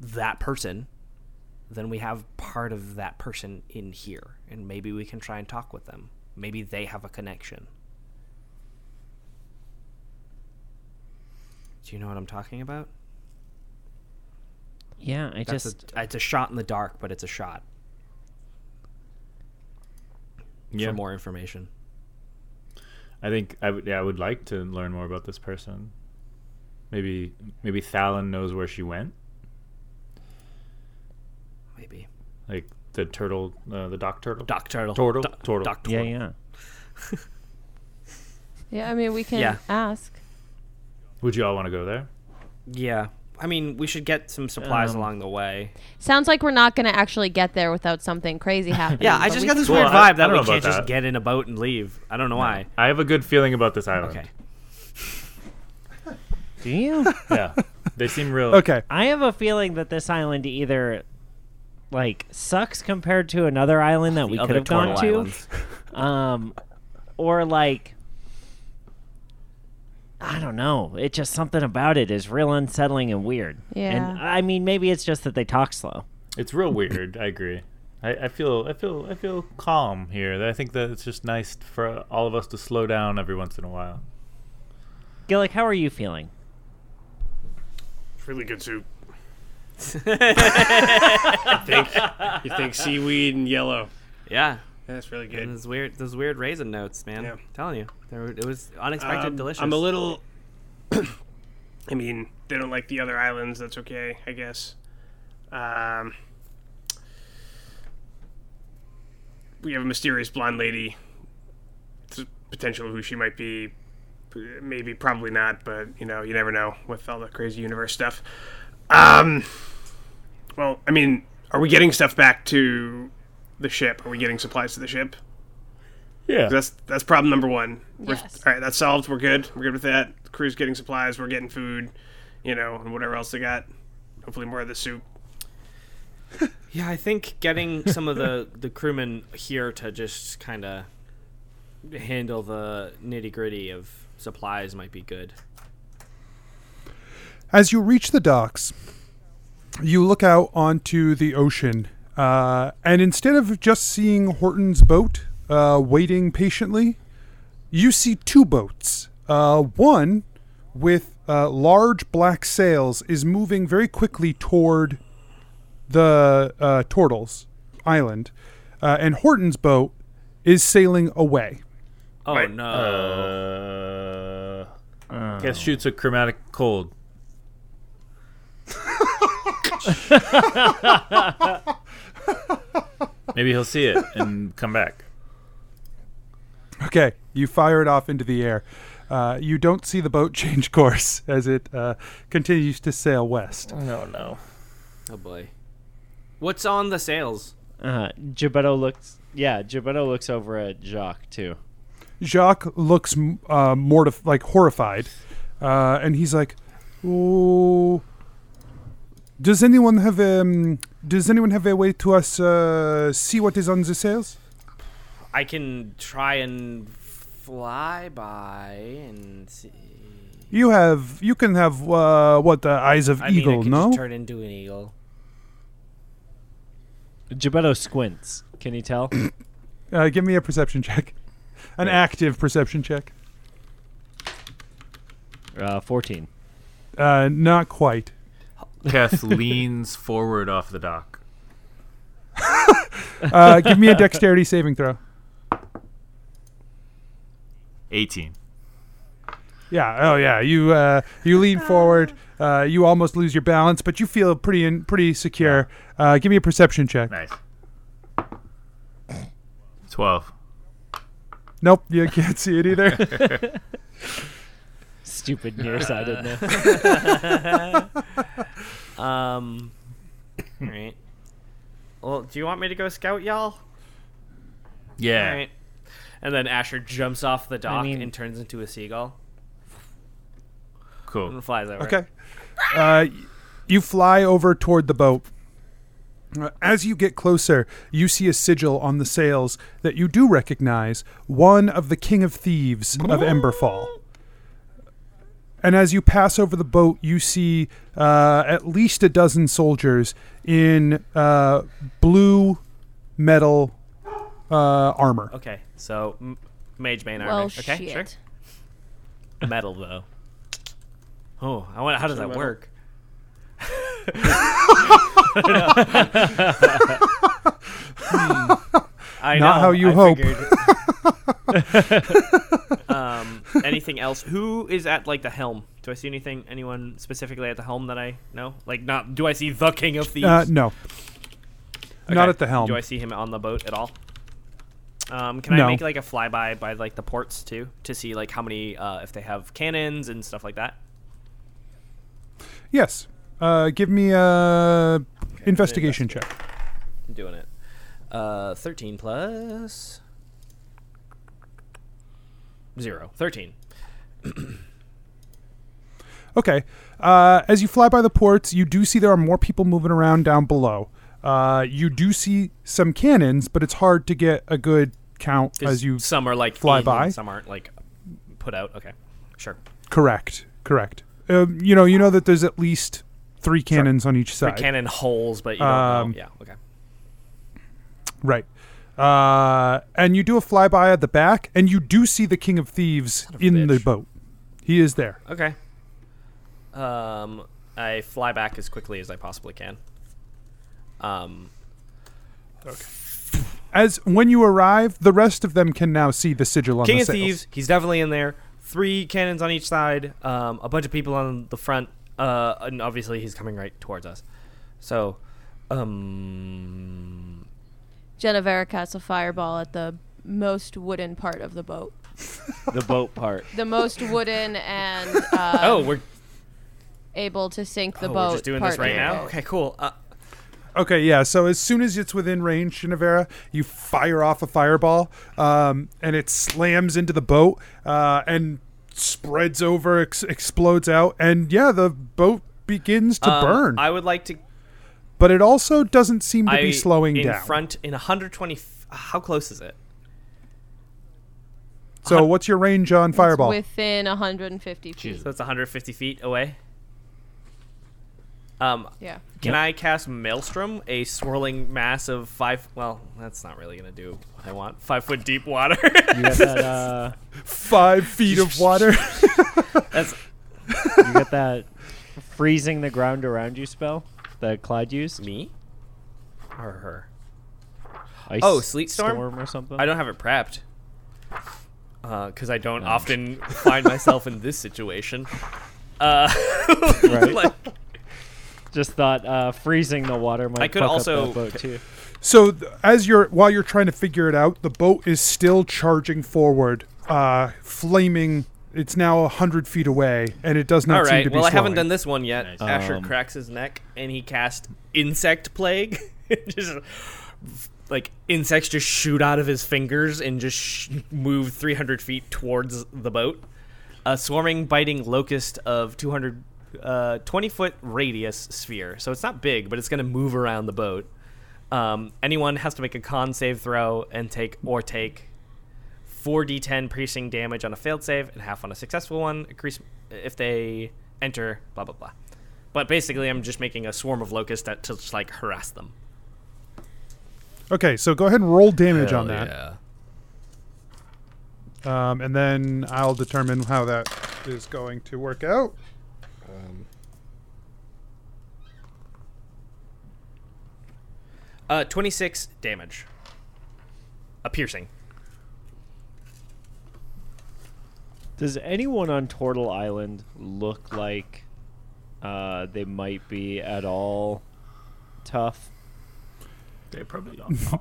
G: that person, then we have part of that person in here, and maybe we can try and talk with them. Maybe they have a connection. Do you know what I'm talking about?
D: yeah, I
G: That's
D: just
G: a, it's a shot in the dark, but it's a shot.
I: Yeah.
G: For more information.
I: I think I would. Yeah, I would like to learn more about this person. Maybe maybe Thalen knows where she went.
G: Maybe.
I: Like the turtle, uh, the dock turtle.
G: Dock turtle.
I: Turtle.
G: Doc-
I: turtle.
G: dock
D: yeah, yeah.
B: yeah, I mean, we can
G: Yeah.
B: ask.
I: Would you all want to go there?
G: Yeah. I mean, we should get some supplies
I: Um,
G: along the way.
B: Sounds like we're not gonna actually get there without something crazy happening.
G: Yeah, I
B: but
G: just
B: we
G: got
B: can
G: this
B: try.
G: weird
I: Well, I-
G: vibe
I: I
G: that
I: don't
G: we
I: know
G: can't
I: about
G: just
I: that.
G: get in a boat and leave. I don't know why.
I: I have a good feeling about this island.
G: Okay.
D: Do you?
I: yeah, they seem real.
D: I have a feeling that this island either like sucks compared to another island that we
G: other
D: could have gone
G: Tornado
D: to,
G: Islands.
D: um, or like I don't know. It just something about it is real unsettling and weird.
B: Yeah.
D: And I mean, maybe it's just that they talk slow.
I: It's real weird. I agree. I, I feel I feel I feel calm here. I think that it's just nice for all of us to slow down every once in a while.
D: Gillick, how are you feeling?
J: It's really good soup.
G: you
J: think you think seaweed and yellow?
G: Yeah.
J: That's really good.
G: And those weird, those weird raisin notes, man.
J: Yeah.
G: I'm telling you, they were, it was unexpected,
J: Um,
G: delicious.
J: I'm a little. I mean, they don't like the other islands. That's okay, I guess. Um, we have a mysterious blonde lady. It's a potential who she might be. P- Maybe, probably not, but you know, you never know with all the crazy universe stuff. Um, well, I mean, are we getting stuff back to the ship? Are we getting supplies to the ship?
I: Yeah.
J: That's that's problem number one. We're-
B: Yes.
J: All right, that's solved. We're good. We're good with that. crew's getting supplies. We're getting food, you know, and whatever else they got. Hopefully, more of the soup.
G: yeah, I think getting some of the the crewmen here to just kind of handle the nitty gritty of supplies might be good.
A: As you reach the docks, you look out onto the ocean, uh, and instead of just seeing Horton's boat uh, waiting patiently, you see two boats. Uh, one with uh, large black sails is moving very quickly toward the uh, Turtles Island, uh, and Horton's boat is sailing away.
G: Oh no!
I: Uh, Guess
A: oh.
I: shoots a chromatic cold. Maybe he'll see it and come back.
A: Okay, you fire it off into the air. Uh, you don't see the boat change course as it uh, continues to sail west.
E: No, no.
G: Oh boy. What's on the sails?
D: Uh, Gebetto looks. Yeah, Gebetto looks over at Jacques too.
A: Jacques looks m- uh, mortif- like horrified, uh, and he's like, "Oh, does anyone have um, does anyone have a way to us uh, see what is on the sails?"
G: I can try and fly by and see.
A: You have you can have uh, what uh, eyes of
G: I
A: eagle,
G: mean, I can
A: no?
G: just turn into an eagle.
D: Gebetto squints. Can you tell?
A: uh, give me a perception check, an active perception check.
D: Uh, Fourteen.
A: Uh, not quite.
I: Keth leans forward off the dock.
A: Uh, give me a dexterity saving throw.
I: 18.
A: Yeah. Oh, yeah. You uh, you lean forward. Uh, you almost lose your balance, but you feel pretty in, pretty secure. Uh, give me a perception check.
I: Nice. 12.
A: Nope, you can't see it either.
D: Stupid nearsightedness.
G: Uh, um. All right. Well, do you want me to go scout y'all?
A: Eh.
I: Yeah.
G: All right. And then Asher jumps off the dock
I: mean-
G: and turns into a seagull.
I: Cool.
G: And flies over.
A: Okay. Uh, you fly over toward the boat. Uh, As you get closer, you see a sigil on the sails that you do recognize, one of the King of Thieves of Emberfall. And as you pass over the boat, you see uh, at least a dozen soldiers in uh, blue metal uh, armor.
G: Okay. So, m- mage main
B: Well,
G: armor. Okay. Sure.
B: shit.
G: Metal though. Oh, I want. How does
J: Sure,
G: that
J: metal.
G: work? Hmm. I
A: Not
G: know,
A: how you
G: I
A: hope.
G: figured. um, anything else? Who is at like the helm? Do I see anything? Anyone specifically at the helm that I know? Like, not. Do I see the king of thieves?
A: Uh, no. Not
G: Okay.
A: at the helm.
G: Do I see him on the boat at all? Um, can
A: Um, No.
G: I make like a flyby by like the ports too to see like how many uh, if they have cannons and stuff like that?
A: Yes. Uh, give me a investigation check.
G: I'm doing it. Uh, 13 plus 0. 13.
A: Okay. Uh, as you fly by the ports, you do see there are more people moving around down below. Uh, you do see some cannons, but it's hard to get a good count
G: 'Cause
A: as you
G: some are like
A: fly
G: in,
A: by.
G: some aren't like put out. Okay, sure.
A: Correct. Correct. Um, you know, you know that there's at least three cannons on each side.
G: Three cannon holes, but you don't
A: Um,
G: know. Yeah, okay.
A: Right. Uh, and you do a flyby at the back, and you do see the King of Thieves in the boat. He is there.
G: Okay. Um, I fly back as quickly as I possibly can. Um,
A: As when you arrive, the rest of them can now see the sigil on
G: King
A: the
G: of
A: sails.
G: Thieves, he's definitely in there. Three cannons on each side, um, a bunch of people on the front, uh, and obviously he's coming right towards us. So, um,
B: Genevera casts a fireball at the most wooden part of the boat.
D: the boat part.
B: The most wooden and uh,
G: oh, we're,
B: able to sink the
G: oh,
B: boat.
G: we're just doing
B: part
G: this
B: of
G: right
B: the
G: now.
B: boat.
G: Okay, cool. Uh,
A: Okay, yeah. So as soon as it's within range, Shinavera, you fire off a fireball, um, and it slams into the boat uh, and spreads over, ex- explodes out, and yeah, the boat begins to
G: um,
A: burn.
G: I would like to.
A: but it also doesn't seem to
G: I,
A: be slowing
G: in
A: down.
G: front in 120. f- How close is it?
A: so what's your range on fireball?
B: Within 150 feet.
G: So it's 150 feet away. Um,
B: Yeah.
G: Can
B: Yep.
G: I cast Maelstrom, a swirling mass of five? Well, that's not really gonna do what I want. Five foot deep water.
D: You got that. Uh,
A: Five feet of water.
G: that's
D: you got that freezing the ground around you spell that Clyde used.
G: Me or her?
D: Ice
G: oh, sleet storm?
D: or something.
G: I don't have it prepped because I don't often find myself in this situation. Uh,
D: Right.
G: like,
D: Just thought uh, freezing the water might.
G: I could
D: fuck
G: also
D: up that boat too.
A: So th- as you're while you're trying to figure it out, the boat is still charging forward, uh, flaming. It's now hundred feet away, and it does not
G: All
A: seem
G: right.
A: to be.
G: Well, I haven't
A: slowing.
G: done this one yet. Asher
A: Um,
G: cracks his neck and he casts insect plague. just like insects just shoot out of his fingers and just sh- move 300 feet towards the boat. A swarming, biting locust of 200 uh, 20 foot radius sphere. So it's not big, but it's going to move around the boat. Um, anyone has to make a con save throw and take or take 4d10 piercing damage on a failed save and half on a successful one. Increase if they enter. Blah blah blah. But basically, I'm just making a swarm of locusts that to just like harass them.
A: Okay, so go ahead and roll damage
G: Hell
A: on that. Um, and then I'll determine how that is going to work out. Um,
G: Uh, 26 damage. A piercing.
H: Does anyone on Turtle Island
G: Um,
H: look like uh, they might be at all tough?
J: They probably are.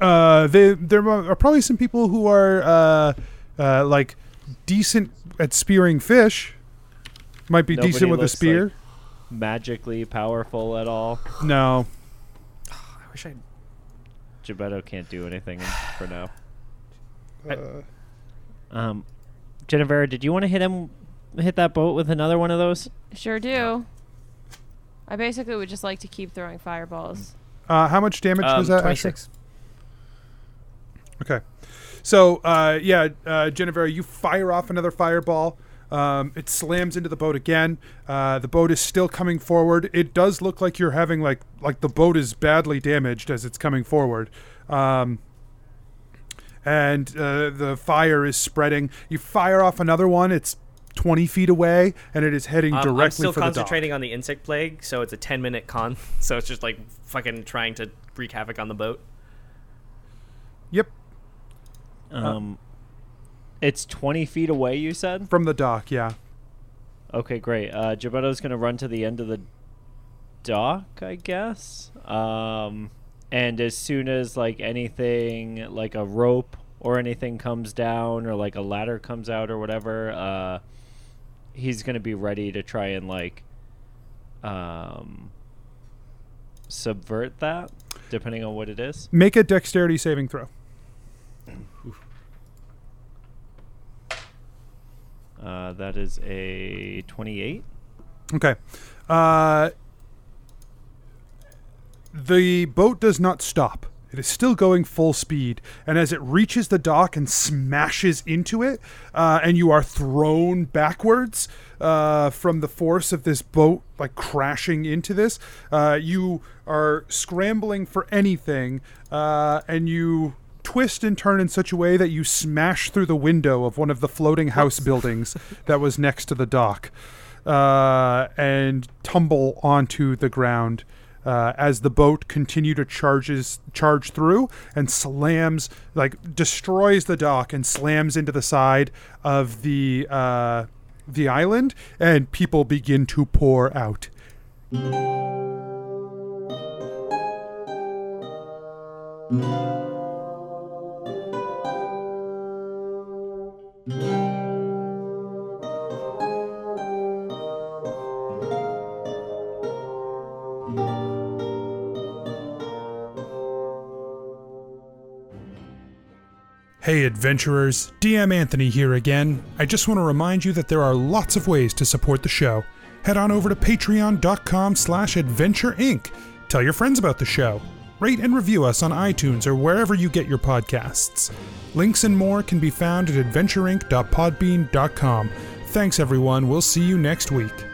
A: uh, they, there are probably some people who are uh, uh, like decent at spearing fish. Might be
H: Nobody
A: decent with a
H: looks, like,
A: spear.
H: magically powerful at all?
A: no.
G: I wish I.
H: Gebetto can't do anything for now. Um, Jennifer, did you want to hit him, hit that boat with another one of those?
B: Sure do. I basically would just like to keep throwing fireballs.
A: Uh, how much damage
G: Um,
A: was that? Asher?
G: 26.
A: Okay. So, uh, yeah, uh, Jennifer, you fire off another fireball. Um, it slams into the boat again. Uh, the boat is still coming forward. It does look like you're having like like the boat is badly damaged as it's coming forward. Um, and uh, the fire is spreading. You fire off another one. It's 20 feet away, and it is heading
G: Um,
A: directly
G: I'm still
A: for the dock.
G: concentrating on the insect plague, so it's a 10 minute con. So it's just like fucking trying to wreak havoc on the boat.
A: Yep. Uh.
H: Um, it's twenty feet away. You said
A: from the dock. Yeah.
H: Okay, great. Uh, Gebetto's gonna run to the end of the dock, I guess. Um, and as soon as like anything, like a rope or anything comes down, or like a ladder comes out or whatever, uh, he's gonna be ready to try and like, um, subvert that, depending on what it is.
A: Make a dexterity saving throw.
H: Uh, that is a twenty-eight.
A: Okay. Uh, the boat does not stop. It is still going full speed, and as it reaches the dock and smashes into it, uh, and you are thrown backwards uh, from the force of this boat, like crashing into this, uh, you are scrambling for anything, uh, and you twist and turn in such a way that you smash through the window of one of the floating house buildings that was next to the dock uh, and tumble onto the ground uh, as the boat continue to charges charge through and slams like destroys the dock and slams into the side of the uh, the island and people begin to pour out. Hey, adventurers, DM Anthony here again. I just want to remind you that there are lots of ways to support the show. Head on over to patreon.com slash adventure inc. Tell your friends about the show. Rate and review us on iTunes or wherever you get your podcasts. Links and more can be found at adventureinc.podbean.com. Thanks, everyone. We'll see you next week.